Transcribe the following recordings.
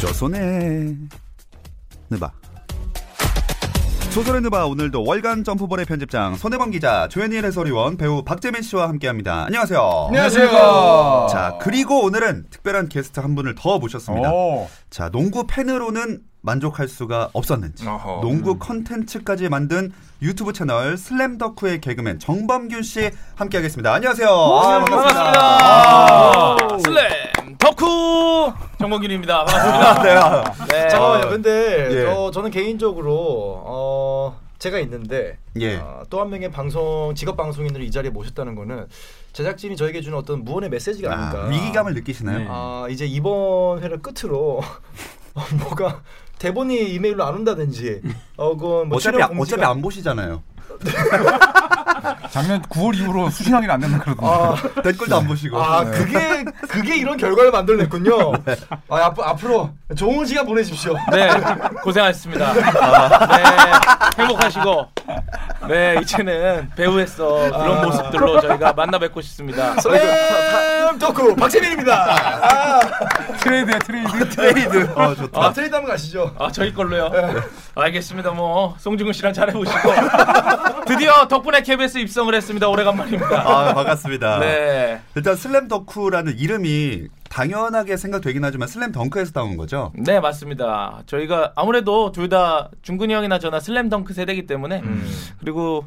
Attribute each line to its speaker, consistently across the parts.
Speaker 1: 조선의 느바 네, 조선의 네 느바 오늘도 월간 점프볼의 편집장 손혜범 기자 조현일 해설위원 배우 박재민 씨와 함께합니다. 안녕하세요.
Speaker 2: 안녕하세요.
Speaker 1: 자 그리고 오늘은 특별한 게스트 한 분을 더 모셨습니다.
Speaker 3: 어.
Speaker 2: 오.
Speaker 1: 자 농구 팬으로는 만족할 수가 없었는지
Speaker 2: 어허.
Speaker 1: 농구 컨텐츠까지 만든 유튜브 채널 슬램덕후의 개그맨 정범균 씨 함께하겠습니다. 안녕하세요. 아,
Speaker 4: 반갑습니다. 아, 슬램 덕후 정범균입니다. 반갑습니다.
Speaker 1: 아, 네. 아,
Speaker 4: 네.
Speaker 3: 잠깐만요. 근데
Speaker 1: 예.
Speaker 3: 어, 저는 개인적으로 어, 제가 있는데 어,
Speaker 1: 예.
Speaker 3: 또 한 명의 방송 직업 방송인을 이 자리에 모셨다는 거는 제작진이 저에게 주는 어떤 무언의 메시지가 아, 닐까
Speaker 1: 아, 위기감을 느끼시나요?
Speaker 4: 네.
Speaker 3: 아 이제 이번 회를 끝으로 어, 뭐가 대본이 이메일로 안 온다든지 어, 그건 뭐
Speaker 1: 어차피
Speaker 3: 출연
Speaker 1: 안- 어차피
Speaker 3: 공지가-
Speaker 1: 안 보시잖아요.
Speaker 2: 작년 9월 이후로
Speaker 4: 아,
Speaker 2: 수신 확인 안 된다 그러던데.
Speaker 3: 아,
Speaker 1: 댓글도 안 보시고.
Speaker 3: 아 그게 그게 이런 결과를 만들어냈군요.
Speaker 1: 네.
Speaker 3: 아, 앞, 앞으로 좋은 시간 보내십시오.
Speaker 4: 네 고생하셨습니다. 아. 네 행복하시고 네 이제는 배우에서 그런 모습들로 저희가 만나 뵙고 싶습니다.
Speaker 3: 네, 슬램 덕후 박재민입니다. 아.
Speaker 2: 트레이드야 트레이드.
Speaker 1: 트레이드. 어, 좋다.
Speaker 3: 아, 트레이드 한번 가시죠.
Speaker 4: 아 저희 걸로요. 알겠습니다. 뭐 송중근 씨랑 잘해보시고 드디어 덕분에 KBS 입성을 했습니다. 오래간만입니다.
Speaker 1: 아, 반갑습니다.
Speaker 4: 네.
Speaker 1: 일단 슬램 덕후라는 이름이 당연하게 생각되긴 하지만 슬램 덩크에서 따온 거죠.
Speaker 4: 네 맞습니다. 저희가 아무래도 둘 다 중근이 형이나 저나 슬램덩크 세대이기 때문에 그리고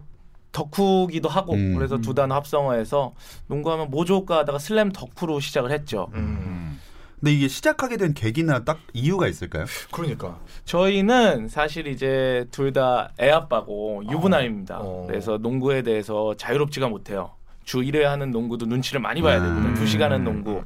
Speaker 4: 덕후기도 하고
Speaker 1: 음.
Speaker 4: 그래서 두 단어 합성어에서 농구하면 뭐 좋을까 하다가 슬램 덕후로 시작을 했죠.
Speaker 1: 근데 이게 시작하게 된 계기나 딱 이유가 있을까요?
Speaker 3: 그러니까.
Speaker 4: 저희는 사실 이제 둘 다 애아빠고 유부남입니다.
Speaker 3: 어.
Speaker 4: 그래서 농구에 대해서 자유롭지가 못해요. 주 1회 하는 농구도 눈치를 많이 봐야 되거든요.
Speaker 1: 음.
Speaker 4: 2시간 하는 농구.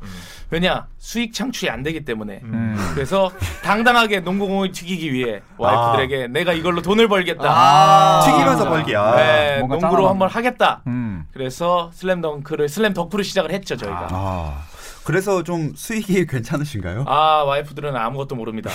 Speaker 4: 왜냐? 수익 창출이 안 되기 때문에.
Speaker 2: 음.
Speaker 4: 그래서 당당하게 농구공을 튀기기 위해 와이프들에게 내가 이걸로 돈을 벌겠다.
Speaker 3: 아.
Speaker 1: 튀기면서 벌기. 아.
Speaker 4: 네,
Speaker 2: 뭔가
Speaker 4: 농구로
Speaker 2: 짠하다.
Speaker 4: 한번 하겠다.
Speaker 2: 음.
Speaker 4: 그래서 슬램덩크를 슬램덕후로 시작을 했죠 저희가. 아.
Speaker 1: 아. 그래서 좀 수익이 괜찮으신가요?
Speaker 2: 아,
Speaker 4: 아, 와이프들은 아무것도 모릅니다.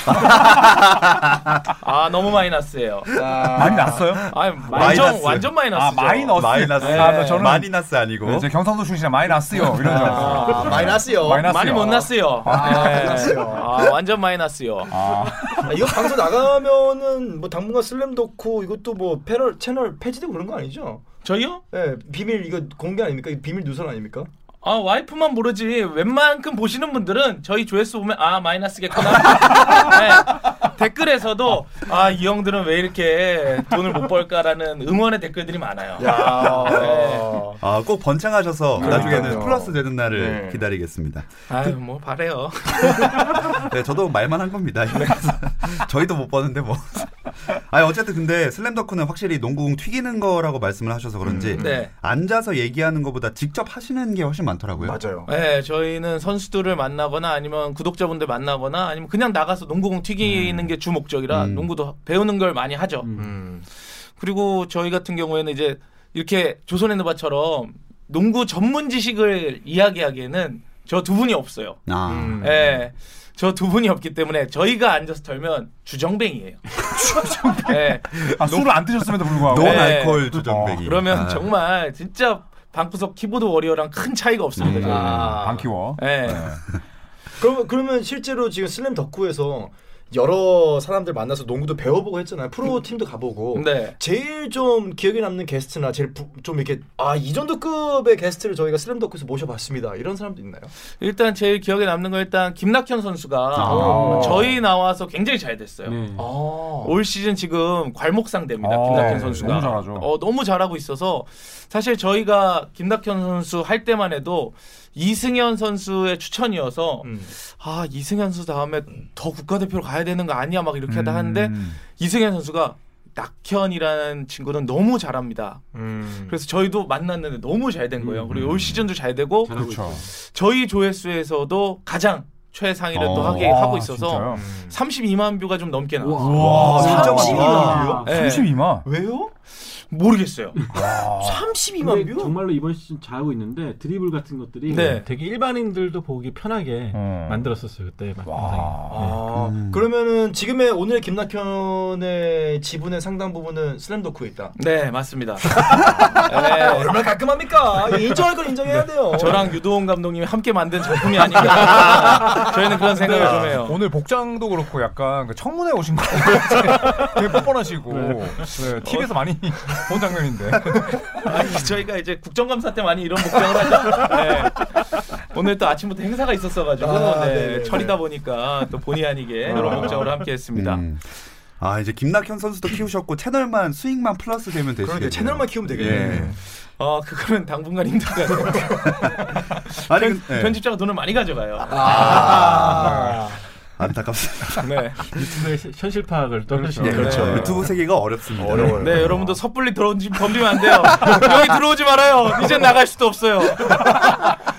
Speaker 4: 아 너무 마이너스예요.
Speaker 2: 많이 났어요?
Speaker 4: 아 완전
Speaker 1: 마이너스.
Speaker 4: 완전 마이너스죠.
Speaker 2: 아 마이너스.
Speaker 1: 마이너스.
Speaker 2: 아, 나 저는
Speaker 1: 마이너스 아니고.
Speaker 4: 뭐?
Speaker 2: 네, 제 경상도 출신이라 많이 났어요. 이런 줄 알았어요.
Speaker 3: 아, 마이너스요.
Speaker 2: 마이너스.
Speaker 4: 많이 못 났어요. 네.
Speaker 3: 마이너스요.
Speaker 4: 아, 완전 마이너스요.
Speaker 2: 아,
Speaker 3: 아, 이거 방송 나가면은 뭐 당분간 슬램 덕후 이것도 뭐 패널 채널 폐지되고 그런 거 아니죠?
Speaker 4: 저희요?
Speaker 3: 예, 비밀 이거 공개 아닙니까? 이거 비밀 누설 아닙니까?
Speaker 4: 아 와이프만 모르지 웬만큼 보시는 분들은 저희 조회수 보면 아 마이너스겠구나 네. 댓글에서도 아 이 형들은 왜 이렇게 돈을 못 벌까라는 응원의 댓글들이 많아요
Speaker 3: 야.
Speaker 4: 네.
Speaker 3: 예.
Speaker 1: 아, 꼭 번창하셔서
Speaker 2: 네.
Speaker 1: 나중에는
Speaker 3: 그러니까요.
Speaker 1: 플러스 되는 날을
Speaker 3: 네.
Speaker 1: 기다리겠습니다.
Speaker 4: 아유 뭐 바래요
Speaker 1: 네, 저도 말만 한 겁니다. 저희도 못 봤는데 뭐. 아니 어쨌든 근데 슬램덕후는 확실히 농구공 튀기는 거라고 말씀을 하셔서 그런지
Speaker 4: 네.
Speaker 1: 앉아서 얘기하는 것보다 직접 하시는 게 훨씬 많더라고요.
Speaker 3: 맞아요.
Speaker 4: 네, 저희는 선수들을 만나거나 아니면 구독자분들 만나거나 아니면 그냥 나가서 농구공 튀기는 게 주 목적이라
Speaker 1: 음.
Speaker 4: 농구도 배우는 걸 많이 하죠.
Speaker 3: 음.
Speaker 4: 그리고 저희 같은 경우에는 이제 이렇게 조선의 누바처럼 농구 전문 지식을 이야기하기에는 저 두 분이 없어요.
Speaker 1: 아.
Speaker 3: 음.
Speaker 4: 예. 저 두 분이 없기 때문에 저희가 앉아서 털면 주정뱅이에요. 예.
Speaker 2: 아, 술을 안 드셨음에도 불구하고.
Speaker 1: 논
Speaker 4: 네.
Speaker 1: 알코올 주정뱅이.
Speaker 4: 그러면
Speaker 1: 아.
Speaker 4: 정말 진짜 방구석 키보드 워리어랑 큰 차이가 없습니다.
Speaker 2: 음,
Speaker 3: 아.
Speaker 4: 저희는.
Speaker 2: 방키워.
Speaker 4: 예.
Speaker 3: 그럼 그러면 실제로 지금 슬램 덕후에서 여러 사람들 만나서 농구도 배워보고 했잖아요. 프로 팀도 가보고.
Speaker 4: 네.
Speaker 3: 제일 좀 기억에 남는 게스트나 제일 부- 좀 이렇게 아 이 정도급의 게스트를 저희가 슬램 덕후에서 모셔봤습니다. 이런 사람도 있나요?
Speaker 4: 일단 제일 기억에 남는 건 일단 김낙현 선수가
Speaker 2: 아.
Speaker 4: 저희 나와서 굉장히 잘 됐어요.
Speaker 3: 아.
Speaker 4: 올 시즌 지금 괄목상대입니다.
Speaker 2: 아,
Speaker 4: 김낙현
Speaker 2: 네.
Speaker 4: 선수가
Speaker 2: 너무 잘하죠.
Speaker 4: 어, 너무 잘하고 있어서 사실 저희가 김낙현 선수 할 때만 해도 이승현 선수의 추천이어서
Speaker 3: 음.
Speaker 4: 아 이승현 선수 다음에 더 국가대표로 가야 되는 거 아니야 막 이렇게 하다 하는데
Speaker 2: 음.
Speaker 4: 이승현 선수가 낙현이라는 친구는 너무 잘합니다.
Speaker 2: 음.
Speaker 4: 그래서 저희도 만났는데 너무 잘 된 거예요. 그리고 올 시즌도 잘 되고
Speaker 2: 그렇죠.
Speaker 4: 저희 조회수에서도 가장 최상위를 또 하게
Speaker 2: 어,
Speaker 4: 하고 있어서 음.
Speaker 2: 진짜요?
Speaker 4: 32만 뷰가 좀 넘게 나왔어요.
Speaker 2: 우와,
Speaker 1: 삼십이만
Speaker 5: 예,
Speaker 2: 진짜 많다.
Speaker 4: 뷰요? 네.
Speaker 2: 32만.
Speaker 3: 왜요?
Speaker 4: 모르겠어요.
Speaker 3: 32만
Speaker 5: 근데
Speaker 3: 뷰?
Speaker 5: 정말로 이번 시즌 잘하고 있는데 드리블 같은 것들이
Speaker 4: 네.
Speaker 5: 되게 일반인들도 보기 편하게
Speaker 2: 음.
Speaker 5: 만들었었어요 그때 막 영상이. 예,
Speaker 2: 와.
Speaker 3: 아,
Speaker 1: 음.
Speaker 3: 그러면은 지금의 오늘의 김낙현의 지분의 상당 부분은 슬램덕후에 있다.
Speaker 4: 네, 맞습니다.
Speaker 3: 아, 얼마나 깔끔합니까? 이거 인정할 건 인정해야 돼요.
Speaker 4: 저랑 유도원 감독님이 함께 만든 작품이 아닌가. 저희는 그런 생각을 네, 좀 해요.
Speaker 2: 아, 오늘 복장도 그렇고 약간 그 청문회 오신 것 같아요. 되게 뻔뻔하시고 네, TV에서 많이 본 장면인데
Speaker 4: 아니, 저희가 이제 국정감사 때 많이 이런 목적을 하죠. 네. 오늘 또 아침부터 행사가 있었어가지고
Speaker 3: 아,
Speaker 4: 네,
Speaker 3: 네네네.
Speaker 4: 철이다 보니까 또 본의 아니게 이런 목적으로 함께했습니다.
Speaker 1: 음. 아 이제 김낙현 선수도 키우셨고 채널만 수익만 플러스 되면 되시겠네요.
Speaker 3: 그러니까 채널만 키우면 되겠네.
Speaker 1: 예.
Speaker 4: 어 그거는 당분간 힘들 것 같아요.
Speaker 1: 아니
Speaker 4: 편,
Speaker 1: 근데- 예.
Speaker 4: 편집자가 돈을 많이 가져가요.
Speaker 3: 아.
Speaker 1: 안타깝습니다.
Speaker 4: 네.
Speaker 5: 유튜브의 시- 현실 파악을 떠나시는
Speaker 1: 예, 그렇죠.
Speaker 4: 네.
Speaker 1: 유튜브 세계가 어렵습니다.
Speaker 3: 어려워요.
Speaker 4: 네, 여러분도 섣불리 들어오지 덤비면 안 돼요. 여기 들어오지 말아요. 이젠 나갈 수도 없어요.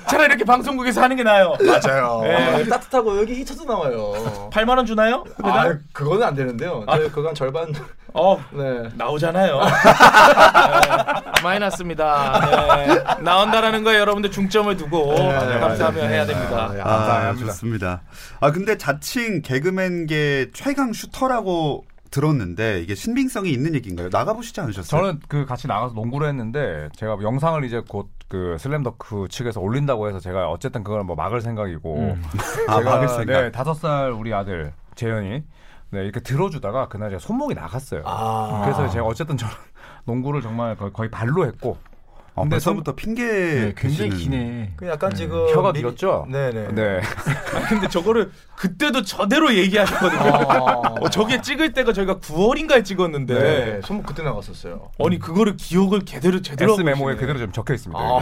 Speaker 4: 차라리 이렇게 방송국에서 하는 게 나아요.
Speaker 3: 맞아요.
Speaker 4: 예.
Speaker 3: 아, 여기 따뜻하고 여기 히터도 나와요.
Speaker 4: 8만 원 주나요?
Speaker 3: 아,
Speaker 4: 배달?
Speaker 3: 그거는 안 되는데요. 저희 그건 절반.
Speaker 4: 어,
Speaker 3: 네.
Speaker 4: 나오잖아요. 네, 마이너스입니다. 네, 나온다라는 거에 여러분들 중점을 두고 감사하며 해야 됩니다.
Speaker 3: 아, 야,
Speaker 1: 아,
Speaker 2: 감사합니다.
Speaker 1: 좋습니다. 아 근데 자칭 개그맨계 최강 슈터라고 들었는데 이게 신빙성이 있는 얘기인가요? 나가보시지 않으셨어요?
Speaker 2: 저는 그 같이 나가서 농구를 했는데 제가 영상을 이제 곧 그 슬램덕크 측에서 올린다고 해서 제가 어쨌든 그걸 뭐 막을 생각이고
Speaker 1: 아
Speaker 2: 제가,
Speaker 1: 막을 생각.
Speaker 2: 네, 다섯 살 우리 아들 재현이 네, 이렇게 들어주다가 그날 제가 손목이 나갔어요.
Speaker 3: 아.
Speaker 2: 그래서 제가 어쨌든 저는 농구를 정말 거의, 거의 발로 했고
Speaker 1: 아,
Speaker 2: 근데 네,
Speaker 1: 벌써부터 핑계
Speaker 5: 굉장히
Speaker 1: 대시는-
Speaker 5: 기네
Speaker 3: 그 약간 지금
Speaker 2: 혀가
Speaker 3: 미-
Speaker 2: 길었죠?
Speaker 3: 네네.
Speaker 2: 네.
Speaker 4: 아, 근데 저거를 그때도 저대로 얘기하셨거든요. 어, 저게 찍을 때가 저희가 9월인가에 찍었는데
Speaker 3: 네. 손목 그때 나갔었어요.
Speaker 4: 아니 그거를 기억을 제대로 제대로
Speaker 2: S
Speaker 4: 하고
Speaker 2: 메모에
Speaker 4: 계시네.
Speaker 2: 그대로 좀 적혀 있습니다.
Speaker 3: 아.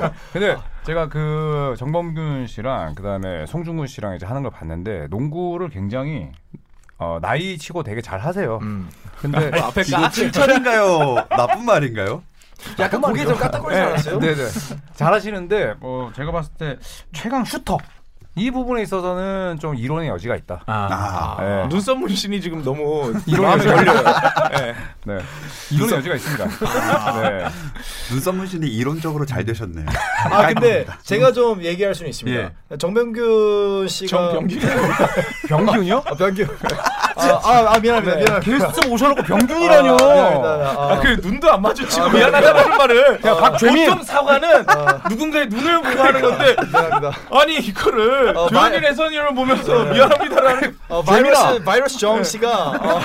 Speaker 2: 네. 근데 제가 그 정범균 씨랑 그다음에 송중근 씨랑 이제 하는 걸 봤는데 농구를 굉장히 어, 나이 치고 되게 잘 하세요. 근데
Speaker 4: 앞에
Speaker 1: 이거 칭찬인가요? 나쁜 말인가요?
Speaker 3: 약간 고개 좀 까딱거리지 않았어요?
Speaker 2: 네네. 잘하시는데 뭐 제가 봤을 때 최강 슈터 이 부분에 있어서는 좀 이론의 여지가 있다.
Speaker 5: 아,
Speaker 1: 아,
Speaker 2: 네.
Speaker 4: 눈썹 문신이 지금 너무
Speaker 2: 이론의 여지가 걸려요. 네. 이론의 여지가 있습니다. 네.
Speaker 1: 눈썹 문신이 이론적으로 잘 되셨네요.
Speaker 3: 아 근데 제가 좀 얘기할 수는 있습니다. 네, 정병규 씨가
Speaker 4: 정병기
Speaker 2: 병균이요?
Speaker 3: 아, 병규. 아, 아, 아, 미안합니다.
Speaker 2: 네.
Speaker 3: 미안합니다.
Speaker 2: 게스트 모셔놓고
Speaker 3: 아,
Speaker 2: 병균이라뇨. 네.
Speaker 3: 미안합니다. 아,
Speaker 4: 아그 눈도 안 마주치고 미안하다는 말을
Speaker 2: 야, 박재민!
Speaker 4: 보통 사과는 누군가의 눈을 보고 하는 건데
Speaker 3: 미안합니다.
Speaker 4: 아니 이거를
Speaker 3: 어,
Speaker 4: 조현일
Speaker 3: 마-
Speaker 4: 해선이를 보면서 미안합니다라는
Speaker 3: 어, 바이러스 바이러스 정 씨가 어,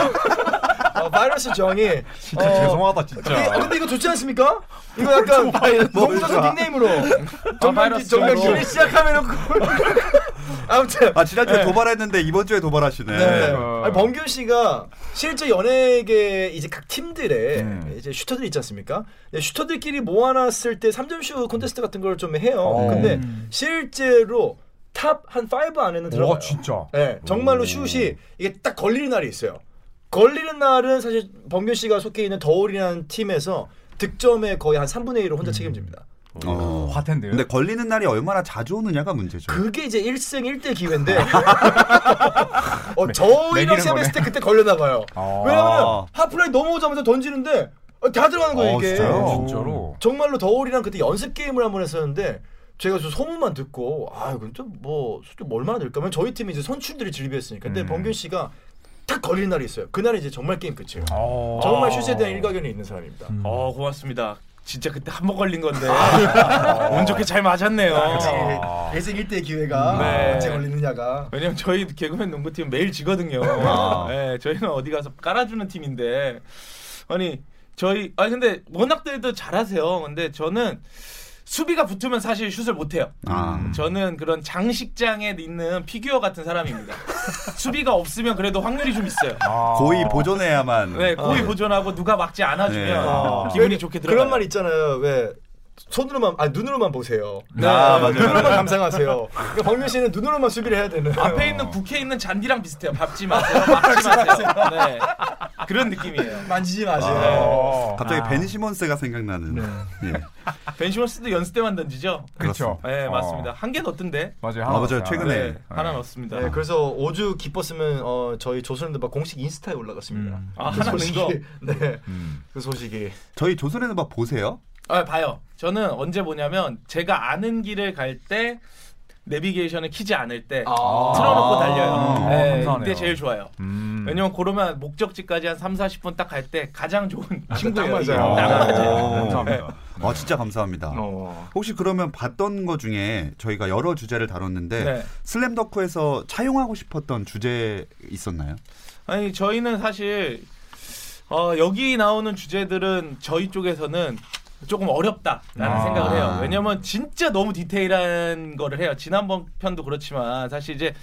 Speaker 3: 어, 바이러스 정이 진짜
Speaker 2: 죄송하다
Speaker 3: 근데, 아, 근데 이거 좋지 않습니까? 이거 약간 농구선수 닉네임으로 정병규
Speaker 2: 아,
Speaker 4: 바이러스
Speaker 3: 정병규
Speaker 4: 정으로.
Speaker 3: 시작하면 아무튼
Speaker 1: 아 지난주에 도발했는데 이번 주에 도발하시네.
Speaker 3: 네.
Speaker 2: 어.
Speaker 3: 아니, 범균 씨가 실제 연예계 이제 각 팀들의
Speaker 2: 음.
Speaker 3: 이제 슈터들이 있지 않습니까? 네, 슈터들끼리 모아놨을 때 3점슛 콘테스트 같은 걸 좀 해요.
Speaker 2: 어.
Speaker 3: 근데 실제로 탑 한 5 안에는 들어가요.
Speaker 2: 와 진짜. 음.
Speaker 3: 네, 정말로 슛이 이게 딱 걸리는 날이 있어요. 걸리는 날은 사실 범균 씨가 속해 있는 더울이라는 팀에서 득점의 거의 한 3분의 1을
Speaker 2: 음.
Speaker 3: 혼자 책임집니다.
Speaker 1: 어.
Speaker 2: 화텐데요.
Speaker 1: 근데 걸리는 날이 얼마나 자주 오느냐가 문제죠.
Speaker 3: 그게 이제 1승 1대 기회인데 어, 저희랑
Speaker 2: 내기는
Speaker 3: 시합했을 때 그때 걸려나 봐요. 왜냐면 하프라인 넘어오자마자 던지는데 어, 다 들어가는 거예요
Speaker 1: 어,
Speaker 3: 이게.
Speaker 1: 진짜요?
Speaker 2: 네, 진짜로.
Speaker 3: 정말로 더울이랑 그때 연습 게임을 한 번 했었는데 제가 저 소문만 듣고 아 이건 좀뭐 수준 얼마나 될까면 저희 팀이 이제 선출들이 진입했으니까 근데
Speaker 2: 음.
Speaker 3: 범균 씨가 탁 걸리는 날이 있어요. 그날은 이제 정말 게임 끝이에요.
Speaker 2: 어.
Speaker 3: 정말 슛에 대한 일가견이 있는 사람입니다.
Speaker 4: 어 고맙습니다 진짜 그때 한 번 걸린 건데
Speaker 1: 아, 네.
Speaker 4: 운 좋게 잘 맞았네요
Speaker 2: 아.
Speaker 3: 예승 1대 기회가
Speaker 4: 네.
Speaker 3: 언제 걸리느냐가
Speaker 4: 왜냐면 저희 개그맨 농구팀 매일 지거든요.
Speaker 1: 아.
Speaker 4: 예, 저희는 어디 가서 깔아주는 팀인데 아니 저희 아니 근데 워낙들도 잘하세요. 근데 저는 수비가 붙으면 사실 슛을 못 해요.
Speaker 1: 아.
Speaker 4: 저는 그런 장식장에 있는 피규어 같은 사람입니다. 수비가 없으면 그래도 확률이 좀 있어요.
Speaker 2: 아.
Speaker 1: 고의 보존해야만.
Speaker 4: 네, 고의 보존하고 누가 막지 않아주면
Speaker 1: 아, 네.
Speaker 3: 어.
Speaker 4: 기분이 좋게 들어가요.
Speaker 3: 그런 말 있잖아요. 왜 손으로만 아 눈으로만 보세요.
Speaker 4: 네,
Speaker 1: 아, 맞아요.
Speaker 3: 눈으로만 감상하세요. 그러니까 박민 씨는 눈으로만 수비를 해야 되는.
Speaker 4: 앞에 있는 국회에 있는 잔디랑 비슷해요. 밟지 마세요. 막지 마세요. 네. 그런 느낌이에요.
Speaker 3: 만지지
Speaker 2: 네.
Speaker 3: 마세요.
Speaker 1: 아,
Speaker 4: 아.
Speaker 2: 아.
Speaker 1: 갑자기 벤 시몬스가 생각나는. 예.
Speaker 4: 벤시몬스도 연습 때만 던지죠.
Speaker 2: 그렇죠.
Speaker 4: 네,
Speaker 2: 어.
Speaker 4: 맞습니다. 한 개 넣던데.
Speaker 2: 맞아요.
Speaker 1: 아,
Speaker 2: 하나
Speaker 1: 맞아요.
Speaker 2: 넣었어요.
Speaker 1: 최근에.
Speaker 4: 네,
Speaker 1: 네.
Speaker 4: 하나 넣었습니다.
Speaker 3: 네, 그래서 오주 기뻤으면 어, 저희 조선랜드바 공식 인스타에 올라갔습니다.
Speaker 2: 음.
Speaker 4: 아,
Speaker 3: 그
Speaker 4: 하나 넣은
Speaker 3: 소식이-
Speaker 4: 거.
Speaker 3: 네,
Speaker 2: 음.
Speaker 3: 그 소식이.
Speaker 1: 저희 조선의 음악 보세요.
Speaker 4: 아, 봐요. 저는 언제 보냐면 제가 아는 길을 갈 때 내비게이션을 키지 않을 때
Speaker 3: 아.
Speaker 4: 아. 틀어놓고 달려요.
Speaker 2: 아,
Speaker 4: 네,
Speaker 2: 감사하네요.
Speaker 4: 그때 제일 좋아요.
Speaker 2: 음.
Speaker 4: 왜냐면 그러면 목적지까지 한 3, 40분 딱 갈 때 가장 좋은
Speaker 3: 딱
Speaker 4: 친구예요.
Speaker 3: 맞아요.
Speaker 4: 딱
Speaker 2: 아,
Speaker 4: 맞아요.
Speaker 2: 감사합니다.
Speaker 1: 아 진짜 감사합니다.
Speaker 3: 어.
Speaker 1: 혹시 그러면 봤던 거 중에 저희가 여러 주제를 다뤘는데
Speaker 4: 네.
Speaker 1: 슬램덕후에서 차용하고 싶었던 주제 있었나요?
Speaker 4: 아니 저희는 사실 어, 여기 나오는 주제들은 저희 쪽에서는 조금 어렵다라는
Speaker 2: 아.
Speaker 4: 생각을 해요. 왜냐면 진짜 너무 디테일한 거를 해요. 지난번 편도 그렇지만 사실 이제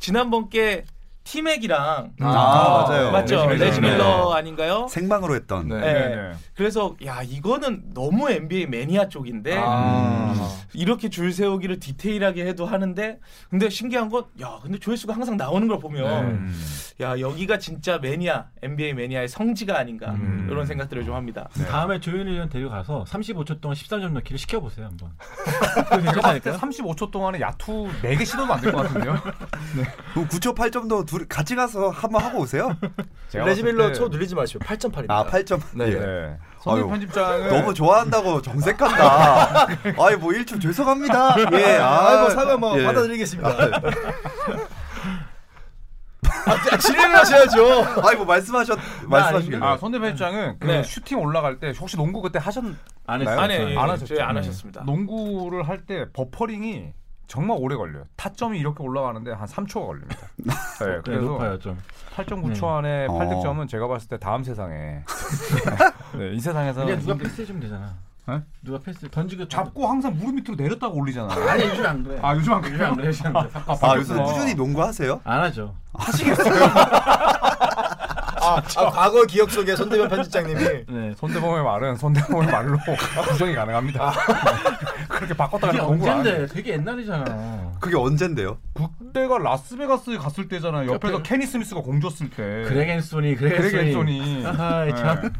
Speaker 4: 지난번 게 티맥이랑
Speaker 3: 아,
Speaker 1: 맞아요.
Speaker 4: 맞죠
Speaker 2: 레지
Speaker 4: 레지
Speaker 2: 밀러.
Speaker 4: 밀러
Speaker 3: 어?
Speaker 4: 아닌가요?
Speaker 1: 생방으로 했던.
Speaker 2: 네.
Speaker 4: 네.
Speaker 2: 네. 네.
Speaker 4: 그래서 야 이거는 너무 NBA 매니아 쪽인데
Speaker 1: 음.
Speaker 2: 아.
Speaker 4: 이렇게 줄 세우기를 디테일하게 해도 하는데 근데 신기한 건 야 근데 조회수가 항상 나오는 걸 보면
Speaker 2: 음.
Speaker 4: 야 여기가 진짜 매니아 NBA 매니아의 성지가 아닌가
Speaker 2: 음.
Speaker 4: 이런 생각들을 좀 합니다.
Speaker 5: 네. 다음에 조현일 형 데려가서 35초 동안 13점 넣기를 시켜보세요 한번.
Speaker 2: 아, 괜찮을까요? 35초 동안에 야투 4개 시도도 안 될 것 같은데요.
Speaker 1: 그럼 9초 8점도 둘 같이 가서 한번 하고 오세요.
Speaker 2: 제가
Speaker 3: 레지밀러
Speaker 2: 봤을 때-
Speaker 3: 초 누르지 마시고 8.8입니다.
Speaker 1: 아 8점.
Speaker 3: 네.
Speaker 1: 예.
Speaker 2: 네.
Speaker 1: 아유.
Speaker 2: 선임 편집장은
Speaker 1: 너무 좋아한다고 정색한다. 아이 뭐 일춤 죄송합니다. 예.
Speaker 3: 네. 아이고 사과 뭐
Speaker 1: 예.
Speaker 3: 받아들이겠습니다. 아, 진행을 하셔야죠. 네,
Speaker 1: 아이고 말씀하셨 말씀하시길래.
Speaker 2: 아, 손대 편집장은 그
Speaker 4: 네.
Speaker 2: 슈팅 올라갈 때 혹시 농구 그때 하셨나요?
Speaker 5: 안 했어요.
Speaker 4: 안에
Speaker 5: 저는.
Speaker 4: 예,
Speaker 2: 안 하셨죠?
Speaker 4: 저희 안
Speaker 2: 네.
Speaker 4: 하셨습니다.
Speaker 2: 농구를 할 때 버퍼링이 정말 오래 걸려요. 타점이 이렇게 올라가는데 한 3초가 걸립니다. 네,
Speaker 5: 네,
Speaker 2: 그래서
Speaker 5: 높아요 네. 좀.
Speaker 2: 8.9초 안에
Speaker 1: 어.
Speaker 2: 8득점은 제가 봤을 때 다음 세상에 네, 이 세상에서는
Speaker 5: 그냥 누가 패스해주면 되잖아.
Speaker 2: 에?
Speaker 5: 누가 패스 던지고
Speaker 2: 네? 잡고 항상 무릎 밑으로 내렸다가 올리잖아요.
Speaker 5: 아니 요즘 안 그래.
Speaker 2: 아 요즘 안
Speaker 5: 요즘
Speaker 2: 그래요?
Speaker 5: 안 그래. 요즘 안 그래.
Speaker 1: 아 요새
Speaker 2: 바뀌었구나.
Speaker 1: 꾸준히
Speaker 3: 뭐.
Speaker 1: 농구하세요?
Speaker 5: 안 하죠.
Speaker 3: 아, 아, 과거 기억 속에 손대변 편집장님이
Speaker 5: 네.
Speaker 2: 손대범의 말은 손대범의 말로 부정이 가능합니다.
Speaker 1: 아.
Speaker 2: 그렇게 바꿨다가
Speaker 5: 이게
Speaker 2: 농구 안 해요.
Speaker 5: 언젠데 되게 옛날이잖아.
Speaker 1: 그게 언젠데요?
Speaker 2: 그때가 라스베가스 갔을 때잖아요. 옆에서 케니 스미스가 공 줬을 때.
Speaker 5: 그레겐소니 그레겐소니.
Speaker 2: 네. 그레겐소니. 네.
Speaker 5: 아이, 참.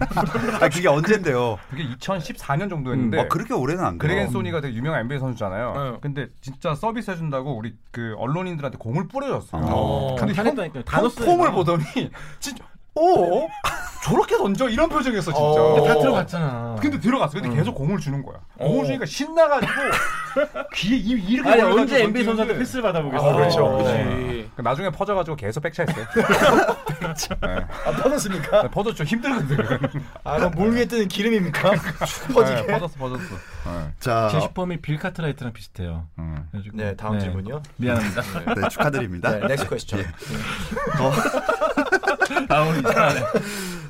Speaker 1: 아 그게 언젠데요?
Speaker 2: 그게 2014년 정도였는데.
Speaker 1: 아 그렇게 오래는 안 돼요.
Speaker 2: 네. 그레겐소니가 되게 유명한 NBA 선수잖아요.
Speaker 4: 네.
Speaker 2: 근데 진짜 서비스 해준다고 우리 그 언론인들한테 공을 뿌려줬어요.
Speaker 5: 아.
Speaker 1: 어.
Speaker 2: 근데 형,
Speaker 5: 감탄했다니까요.
Speaker 2: 형
Speaker 5: 다녔어요.
Speaker 2: 폼을 보더니 진짜 오 저렇게 던져 이런 표정이었어 진짜.
Speaker 3: 어.
Speaker 5: 네, 다 들어갔잖아.
Speaker 2: 근데 들어갔어. 근데 계속 공을 주는 거야. 공을 주니까 신나가지고 귀에 입 이렇게
Speaker 5: 어. 아니
Speaker 2: 올려가지고
Speaker 5: 언제
Speaker 2: 던지는데
Speaker 5: NBA 선수한테 패스를 받아보겠어.
Speaker 3: 아, 그렇죠.
Speaker 5: 네.
Speaker 4: 그렇지.
Speaker 2: 그러니까 나중에 퍼져가지고 계속 백차했어요.
Speaker 3: 아, 퍼졌습니까?
Speaker 2: 퍼졌죠. 힘들거든.
Speaker 3: 아, 그럼 물 위에 뜨는 기름입니까?
Speaker 2: 네,
Speaker 3: 퍼지게.
Speaker 2: 퍼졌어, 퍼졌어. 네.
Speaker 1: 자
Speaker 5: 제 슈퍼미 빌 카트라이트랑 비슷해요.
Speaker 2: 음.
Speaker 5: 그래가지고-
Speaker 3: 네, 다음 질문요.
Speaker 5: 미안합니다.
Speaker 1: 네, 축하드립니다.
Speaker 3: 네, 넥스트 퀘스천.
Speaker 5: 다음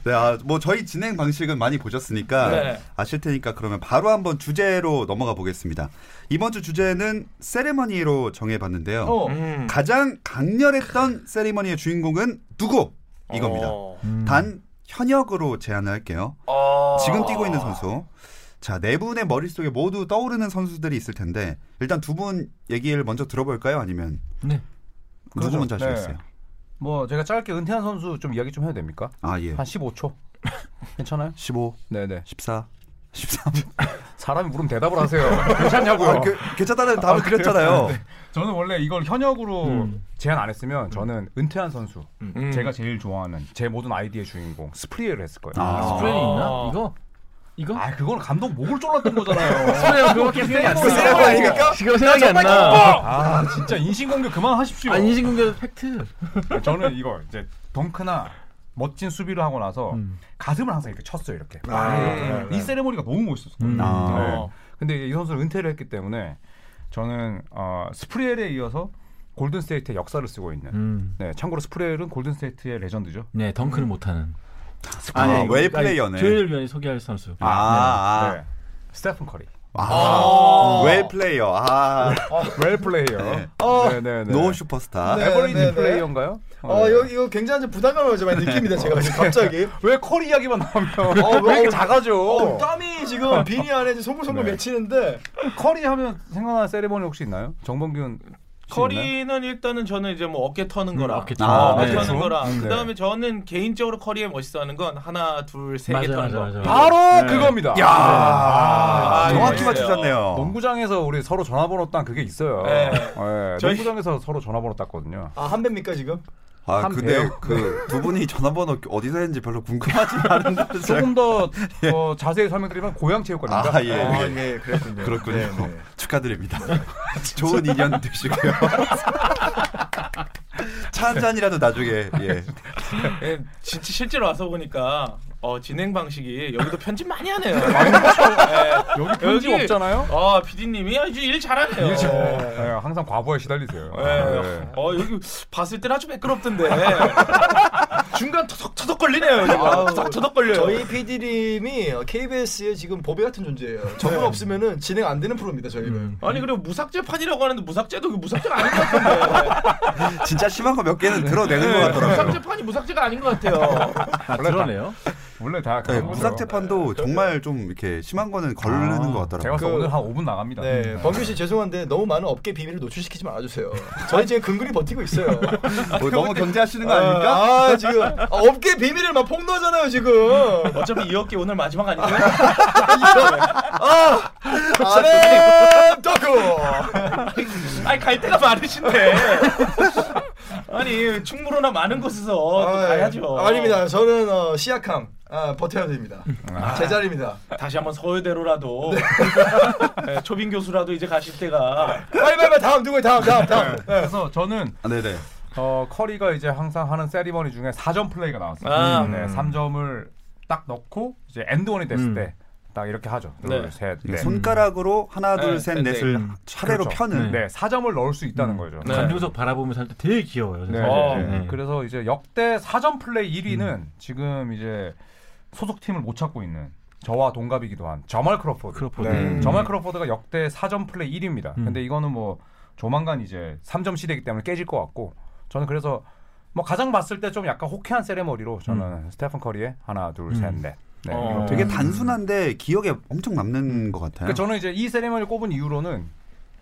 Speaker 1: 네, 아, 뭐 저희 진행 방식은 많이 보셨으니까
Speaker 4: 네.
Speaker 1: 아실 테니까 그러면 바로 한번 주제로 넘어가 보겠습니다. 이번 주 주제는 세레머니로 정해봤는데요.
Speaker 3: 어.
Speaker 4: 음.
Speaker 1: 가장 강렬했던 세리머니의 주인공은 누구? 이겁니다.
Speaker 4: 어.
Speaker 1: 단 현역으로 제안을 할게요.
Speaker 4: 어.
Speaker 1: 지금 뛰고 있는 선수. 자, 네 분의 머릿속에 모두 떠오르는 선수들이 있을 텐데 일단 두 분 얘기를 먼저 들어볼까요? 아니면
Speaker 5: 네.
Speaker 1: 누구
Speaker 2: 그러죠.
Speaker 1: 먼저
Speaker 2: 네.
Speaker 1: 하시겠어요?
Speaker 2: 뭐 제가 짧게 은퇴한 선수 좀 이야기 좀 해도 됩니까?
Speaker 1: 아, 예.
Speaker 2: 한 15초. 괜찮아요?
Speaker 1: 15,
Speaker 2: 네네.
Speaker 1: 14, 13.
Speaker 2: 사람이 물으면 대답을 하세요. 괜찮냐고요? 네.
Speaker 1: 아, 그, 괜찮다는 답을 드렸잖아요. 네.
Speaker 2: 저는 원래 이걸 현역으로
Speaker 5: 음.
Speaker 2: 제안 안 했으면 저는 은퇴한 선수,
Speaker 4: 음.
Speaker 2: 제가 제일 좋아하는 제 모든 아이디의 주인공 스프리에를 했을 거예요.
Speaker 1: 아.
Speaker 2: 아,
Speaker 5: 스프레이 있나?
Speaker 4: 아.
Speaker 5: 이거? 이거?
Speaker 2: 그건 감독 목을 졸랐던 거잖아요.
Speaker 5: 스프레이 그거밖에 생각이 안
Speaker 3: 그 세레머니입니까?
Speaker 5: 지금 생각이 안 나.
Speaker 2: 아 진짜 인신공격 그만하십시오.
Speaker 5: 아 인신공격 팩트.
Speaker 2: 그러니까 저는 이걸 이제 덩크나 멋진 수비를 하고 나서
Speaker 5: 음.
Speaker 2: 가슴을 항상 이렇게 쳤어요 이렇게.
Speaker 3: 아,
Speaker 2: 이 세레모니가 너무 멋있었어요.
Speaker 5: 음.
Speaker 1: 아.
Speaker 2: 네. 근데 이 선수는 은퇴를 했기 때문에 저는 어, 스프리엘에 이어서 골든스테이트의 역사를 쓰고 있는.
Speaker 5: 음.
Speaker 2: 네, 참고로 스프레일은 골든스테이트의 레전드죠.
Speaker 5: 네 덩크를 못하는.
Speaker 1: 아, 웰 플레이어네.
Speaker 5: 조현일 위원이 소개할 선수.
Speaker 1: 아, 아,
Speaker 2: 네. 스테픈 커리.
Speaker 1: 아. 웰 플레이어. 아.
Speaker 2: 웰 플레이어.
Speaker 1: 네.
Speaker 2: 네, 네, 네.
Speaker 1: 노 슈퍼스타. 아,
Speaker 3: 네.
Speaker 2: 에버리지 플레이어인가요? 네.
Speaker 3: 어, 이거, 이거 굉장히 부담감을 좀 많이 느낍니다. 제가 지금 갑자기.
Speaker 2: 왜 콜 이야기만 나오면
Speaker 3: 어,
Speaker 2: 왜 이렇게
Speaker 3: 어,
Speaker 2: 작아져?
Speaker 3: 어, 땀이 지금 비니 안에 지금 송글송글
Speaker 2: 네.
Speaker 3: 맺히는데
Speaker 2: 커리 하면 생각나는 세레머니 혹시 있나요? 정범균 씨 있나요?
Speaker 4: 커리는 일단은 저는 이제 뭐 어깨 터는 거랑
Speaker 5: 음, 어깨
Speaker 1: 터는 거.
Speaker 4: 어깨
Speaker 1: 네.
Speaker 4: 터는 거랑
Speaker 2: 음, 네.
Speaker 4: 그다음에 저는 개인적으로 커리에 멋있어하는 건 하나 둘 세 개
Speaker 5: 맞아,
Speaker 4: 터는
Speaker 5: 맞아,
Speaker 4: 거.
Speaker 5: 맞아.
Speaker 2: 바로 그겁니다.
Speaker 1: 야, 아,
Speaker 4: 아,
Speaker 1: 정확히
Speaker 4: 예.
Speaker 2: 어.
Speaker 1: 맞추셨네요.
Speaker 2: 농구장에서 우리 서로 전화번호 딴 그게 있어요.
Speaker 4: 네.
Speaker 2: 예,
Speaker 4: 저희-
Speaker 2: 농구장에서 서로 전화번호 땄거든요.
Speaker 3: 아 한배입니까 지금?
Speaker 1: 아
Speaker 2: 한
Speaker 1: 근데
Speaker 2: 배요?
Speaker 1: 그 두 분이 전화번호 어디서 했는지 별로 궁금하지 않은데 제가-
Speaker 2: 네. 조금 더 어, 자세히 설명드리면 고양 체육관입니다. 어.
Speaker 1: 아, 예.
Speaker 3: 아, 예, 그랬군요.
Speaker 1: 그렇군요.
Speaker 3: 네, 네.
Speaker 1: 축하드립니다. 좋은 인연 되시고요. 차 한 잔이라도 나중에 예.
Speaker 4: 예, 진짜 실제로 와서 보니까 어, 진행 방식이 여기도 편집 많이 하네요.
Speaker 2: 여기 편집
Speaker 4: 여기-
Speaker 2: 없잖아요.
Speaker 4: 아 PD님이 아주 일 잘하네요.
Speaker 2: 일 잘- 예, 항상 과부에 시달리세요.
Speaker 4: 예.
Speaker 2: 예.
Speaker 4: 어 여기 봤을 때 아주 매끄럽던데 중간 터덕 터덕 걸리네요. 여기가. 터덕 터덕 걸려요.
Speaker 3: 저희 PD님이 KBS의 지금 보배 같은 존재예요. 저분 없으면은 진행 안 되는 프로입니다. 저희는.
Speaker 4: 아니 그리고 무삭제 판이라고 하는데 무삭제도 그 무삭제가 아닌 것 같은데
Speaker 1: 진짜 심한 거 몇 개는 드러내는 것 같더라고요.
Speaker 4: 무삭제 판이 무삭제가 아닌 것 같아요.
Speaker 5: 아, 그러네요.
Speaker 2: 원래 다
Speaker 1: 네,
Speaker 2: 아, 그런 거죠.
Speaker 1: 무상 재판도 정말 좀 이렇게 심한 거는 걸르는
Speaker 2: 아,
Speaker 1: 것
Speaker 2: 제가
Speaker 1: 같더라고요.
Speaker 2: 봤을 때 오늘 한 5분 나갑니다.
Speaker 3: 네, 범규 씨 죄송한데 너무 많은 업계 비밀을 노출시키지 말아주세요. 저희 지금 근근히 버티고 있어요.
Speaker 1: 어,
Speaker 2: 그
Speaker 1: 너무 견제하시는 거 아닙니까?
Speaker 3: 아, 아, 지금 아, 업계 비밀을 막 폭로하잖아요 지금.
Speaker 4: 어차피 이 어깨 오늘 마지막 아니에요?
Speaker 3: 아, 네. 아렘 덕후.
Speaker 4: 아니 갈 데가 많으신데 아니 충무로나 많은 곳에서
Speaker 3: 어,
Speaker 4: 또 가야죠.
Speaker 3: 아, 예. 아닙니다. 저는 어, 시약함 아, 버텨야 됩니다. 제자리입니다.
Speaker 4: 다시 한번 서울대로라도 네, 초빙 교수라도 이제 가실 때가
Speaker 3: 빨리 빨리 빨리 다음 누구예요? 다음 다음 다음. 네.
Speaker 2: 그래서 저는
Speaker 1: 아, 네네.
Speaker 2: 어, 커리가 이제 항상 하는 세리머니 중에 4점 플레이가 나왔어요.
Speaker 4: 아.
Speaker 2: 네, 3점을 딱 넣고 이제 엔드원이 됐을
Speaker 5: 음.
Speaker 2: 때 딱 이렇게 하죠.
Speaker 4: 네.
Speaker 2: 둘, 셋, 넷.
Speaker 1: 손가락으로 하나
Speaker 4: 네,
Speaker 1: 둘셋
Speaker 4: 네,
Speaker 1: 넷을 차례로
Speaker 2: 그렇죠.
Speaker 1: 펴는
Speaker 2: 네, 4점을 넣을 수 있다는 거죠.
Speaker 4: 네.
Speaker 5: 관중석 바라보면서 할 때 되게 귀여워요.
Speaker 2: 네.
Speaker 5: 사실.
Speaker 4: 어.
Speaker 5: 네. 네.
Speaker 2: 그래서 이제 역대 4점 플레이 1위는 지금 이제 소속팀을 못 찾고 있는 저와 동갑이기도 한 저말 크로포드. 음.
Speaker 5: 크로포드.
Speaker 3: 네.
Speaker 2: 저말 크로포드가 역대 4점 플레이 1위입니다.
Speaker 5: 음.
Speaker 2: 근데 이거는 뭐 조만간 이제 3점 시대이기 때문에 깨질 것 같고 저는 그래서 뭐 가장 봤을 때 좀 약간 호쾌한 세레머니로 저는
Speaker 5: 음.
Speaker 2: 스테판 커리의 하나 둘 셋 넷. 네.
Speaker 4: 어.
Speaker 2: 이렇게.
Speaker 1: 되게 단순한데 기억에 엄청 남는 것 같아요.
Speaker 2: 그러니까
Speaker 5: 네.
Speaker 2: 저는 이제 이 세레머니를 꼽은 이유로는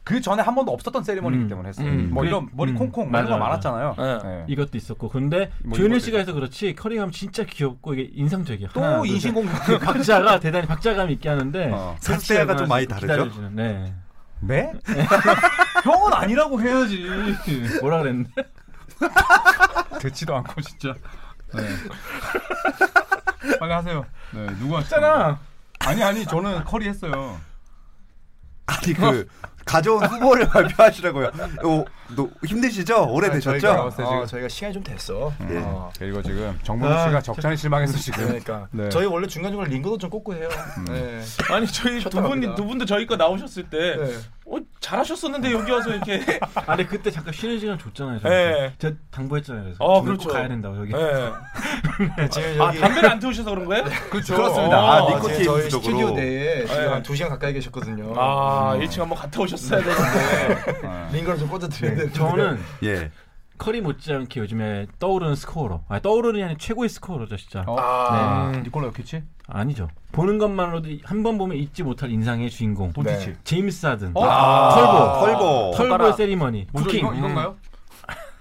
Speaker 2: 그 전에 한 번도 없었던 세레머니이기
Speaker 5: 음.
Speaker 2: 때문에 했어요.
Speaker 4: 음.
Speaker 2: 뭐 이런
Speaker 5: 그-
Speaker 2: 머리
Speaker 5: 음.
Speaker 2: 콩콩 이런 거
Speaker 5: 맞아요,
Speaker 2: 많았잖아요.
Speaker 4: 맞아요.
Speaker 2: 네.
Speaker 5: 이것도 있었고 근데
Speaker 2: 뭐
Speaker 5: 조현일
Speaker 2: 이것도
Speaker 5: 씨가 해서 그렇지 커리감 진짜 귀엽고 이게 인상적이에요. 하나,
Speaker 2: 또
Speaker 5: 둘, 셋.
Speaker 2: 인신공격.
Speaker 5: 그 박자가 대단히 박자감 있게 하는데
Speaker 2: 어.
Speaker 5: 같이
Speaker 1: 세대가 좀
Speaker 5: 하면서
Speaker 1: 많이 다르죠?
Speaker 5: 기다려주는, 네.
Speaker 2: 네? 형은 아니라고 해야지.
Speaker 5: 뭐라 그랬는데?
Speaker 2: 듣지도 않고 진짜. 네. 빨리 하세요. 네, 누구 하시잖아.
Speaker 4: 있잖아.
Speaker 2: 아니 아니 저는 커리 했어요.
Speaker 1: 아니 그 가져온 후보를 발표하시라고요. 어, 너 힘드시죠?
Speaker 3: 저희가,
Speaker 1: 오래되셨죠?
Speaker 2: 어때, 지금?
Speaker 3: 어, 저희가 시간이 좀 됐어.
Speaker 1: 예.
Speaker 3: 어.
Speaker 2: 그리고 지금 정범규 씨가 적잖이 실망해서 지금.
Speaker 3: 그러니까
Speaker 2: 아, 네.
Speaker 3: 저희 원래 중간 중간 링거도 좀 꽂고 해요. 네.
Speaker 4: 아니 저희 두
Speaker 3: 갑니다.
Speaker 4: 분이 두 분도 저희 거 나오셨을 때
Speaker 3: 네.
Speaker 4: 어, 잘하셨었는데 여기 와서 이렇게
Speaker 5: 아, 근데 그때 잠깐 쉬는 시간 줬잖아요.
Speaker 4: 네.
Speaker 5: 저한테. 제가 당부했잖아요. 그래서
Speaker 4: 어,
Speaker 5: 꼭
Speaker 4: 그렇죠.
Speaker 5: 가야 된다고 여기.
Speaker 4: 예.
Speaker 3: 네, 지금
Speaker 4: 아
Speaker 3: 여기
Speaker 4: 담배를 안 태우셔서 그런 거예요?
Speaker 2: 그렇죠.
Speaker 1: 그렇습니다. 아,
Speaker 4: 어,
Speaker 3: 아,
Speaker 1: 니코틴
Speaker 3: 지금 저희
Speaker 1: 부족으로.
Speaker 3: 스튜디오 내에 지금
Speaker 4: 네.
Speaker 3: 한두 시간 가까이 계셨거든요.
Speaker 4: 아 1층 한번 갔다 오셨어야 되는데
Speaker 3: 링거를 좀 꽂아드려야 되는데
Speaker 5: 네. 저는
Speaker 1: 예.
Speaker 5: 커리 못지않게 요즘에 떠오르는 스코어로. 아니, 떠오르는 게 아니라 최고의 스코어로죠, 진짜.
Speaker 2: 아,
Speaker 5: 네.
Speaker 3: 음.
Speaker 2: 니콜라 요키치?
Speaker 5: 아니죠. 보는 것만으로도 한 번 보면 잊지 못할 인상의 주인공. 네.
Speaker 2: 돈치치.
Speaker 5: 제임스 하든.
Speaker 1: 아,
Speaker 5: 털보.
Speaker 1: 털보.
Speaker 5: 털보의 세리머니.
Speaker 2: 뭐죠?
Speaker 5: 쿠킹. 음.
Speaker 2: 이거, 이건가요?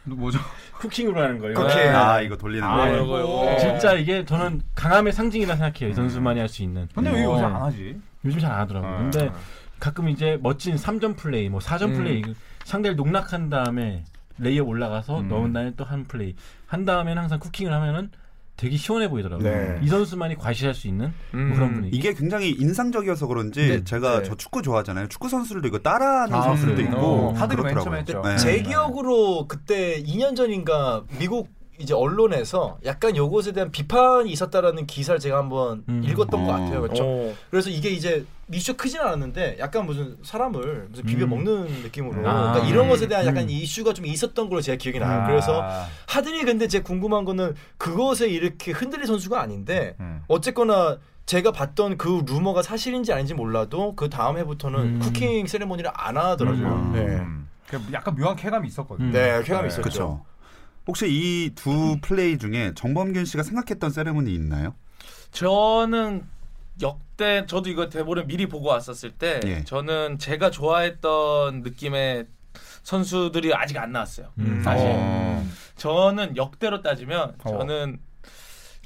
Speaker 3: 음.
Speaker 2: 뭐죠?
Speaker 5: 쿠킹으로 하는 거예요.
Speaker 3: 쿠킹. 네.
Speaker 1: 아 이거 돌리는 거.
Speaker 4: 아
Speaker 5: 네.
Speaker 4: 요거
Speaker 5: 네.
Speaker 4: 요거
Speaker 5: 진짜 이게 저는 강함의 상징이라 생각해요. 이 선수만이 할 수 있는.
Speaker 2: 근데 왜
Speaker 5: 어.
Speaker 2: 요새 안 하지?
Speaker 5: 요즘 잘 안 하더라고요. 근데 가끔 이제 멋진 3점 플레이, 뭐 4점
Speaker 4: 음.
Speaker 5: 플레이 상대를 농락한 다음에 레이업 올라가서 넣은 다음에 또 한 플레이 한 다음에는 항상 쿠킹을 하면은 되게 시원해 보이더라고요.
Speaker 3: 네.
Speaker 5: 이 선수만이 과시할 수 있는
Speaker 3: 음.
Speaker 5: 뭐 그런 분위기.
Speaker 1: 이게 굉장히 인상적이어서 그런지 제가
Speaker 3: 네.
Speaker 1: 저 축구 좋아하잖아요. 축구 선수들도 이거 따라하는
Speaker 2: 아,
Speaker 1: 선수들도
Speaker 2: 음.
Speaker 1: 있고
Speaker 2: 어, 하드가 맨 처음에
Speaker 1: 그렇더라고요.
Speaker 2: 했죠.
Speaker 1: 네.
Speaker 3: 제 기억으로 그때 2년 전인가 미국 이제 언론에서 약간 요것에 대한 비판이 있었다라는 기사를 제가 한번
Speaker 5: 음.
Speaker 3: 읽었던
Speaker 1: 어.
Speaker 3: 것 같아요. 그렇죠?
Speaker 4: 어.
Speaker 3: 그래서 이게 이제 이슈 크진 않았는데 약간 무슨 사람을 무슨 비벼 먹는 느낌으로
Speaker 5: 아.
Speaker 3: 그러니까 이런
Speaker 4: 음.
Speaker 3: 것에 대한 약간 이슈가 좀 있었던 걸로 제가 기억이
Speaker 2: 아.
Speaker 3: 나요. 음, 그래서 하드니 근데 제 궁금한 거는 그것에 이렇게 흔들릴 선수가 아닌데
Speaker 2: 음.
Speaker 3: 어쨌거나 제가 봤던 그 루머가 사실인지 아닌지 몰라도 그 다음 해부터는
Speaker 5: 음.
Speaker 3: 쿠킹 세레모니를 안 하더라고요.
Speaker 1: 음.
Speaker 3: 네.
Speaker 2: 음. 그 약간 묘한 쾌감이 있었거든요.
Speaker 5: 음.
Speaker 3: 네, 쾌감이
Speaker 2: 네,
Speaker 3: 있었죠.
Speaker 1: 그렇죠. 혹시 이 두 플레이 중에 정범균 씨가 생각했던 세레모니 있나요?
Speaker 4: 저는 역대 저도 이거 대본을 미리 보고 왔었을 때
Speaker 1: 예.
Speaker 4: 저는 제가 좋아했던 느낌의 선수들이 아직 안 나왔어요.
Speaker 5: 음.
Speaker 4: 사실
Speaker 2: 어.
Speaker 4: 저는 역대로 따지면
Speaker 2: 어.
Speaker 4: 저는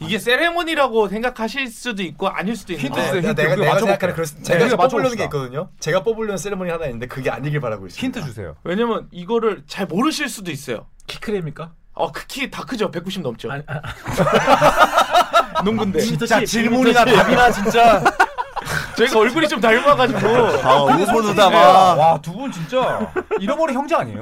Speaker 4: 이게 세레모니라고 생각하실 수도 있고 아닐 수도 있는데
Speaker 2: 힌트 있어요.
Speaker 3: 내가 내가,
Speaker 2: 우리가
Speaker 3: 내가
Speaker 2: 맞춰볼게요.
Speaker 3: 생각하는 그런 제가
Speaker 2: 우리가
Speaker 3: 뽑으려는 게
Speaker 2: 맞춰봅시다.
Speaker 3: 있거든요. 제가 뽑으려는 세레머니 하나 있는데 그게 아니길 바라고 있습니다.
Speaker 2: 힌트 주세요.
Speaker 4: 왜냐면 이거를 잘 모르실 수도 있어요.
Speaker 5: 키크랩입니까?
Speaker 4: 어, 크키 다 크죠. 190 넘죠.
Speaker 5: 아니, 아,
Speaker 4: 농군데.
Speaker 5: 진짜
Speaker 3: 질문이나 답이나 진짜
Speaker 4: 저희가 얼굴이 좀 닮아가지고
Speaker 1: 아, 우보누다
Speaker 2: 와, 두 분 진짜 잃어버린 형제 아니에요?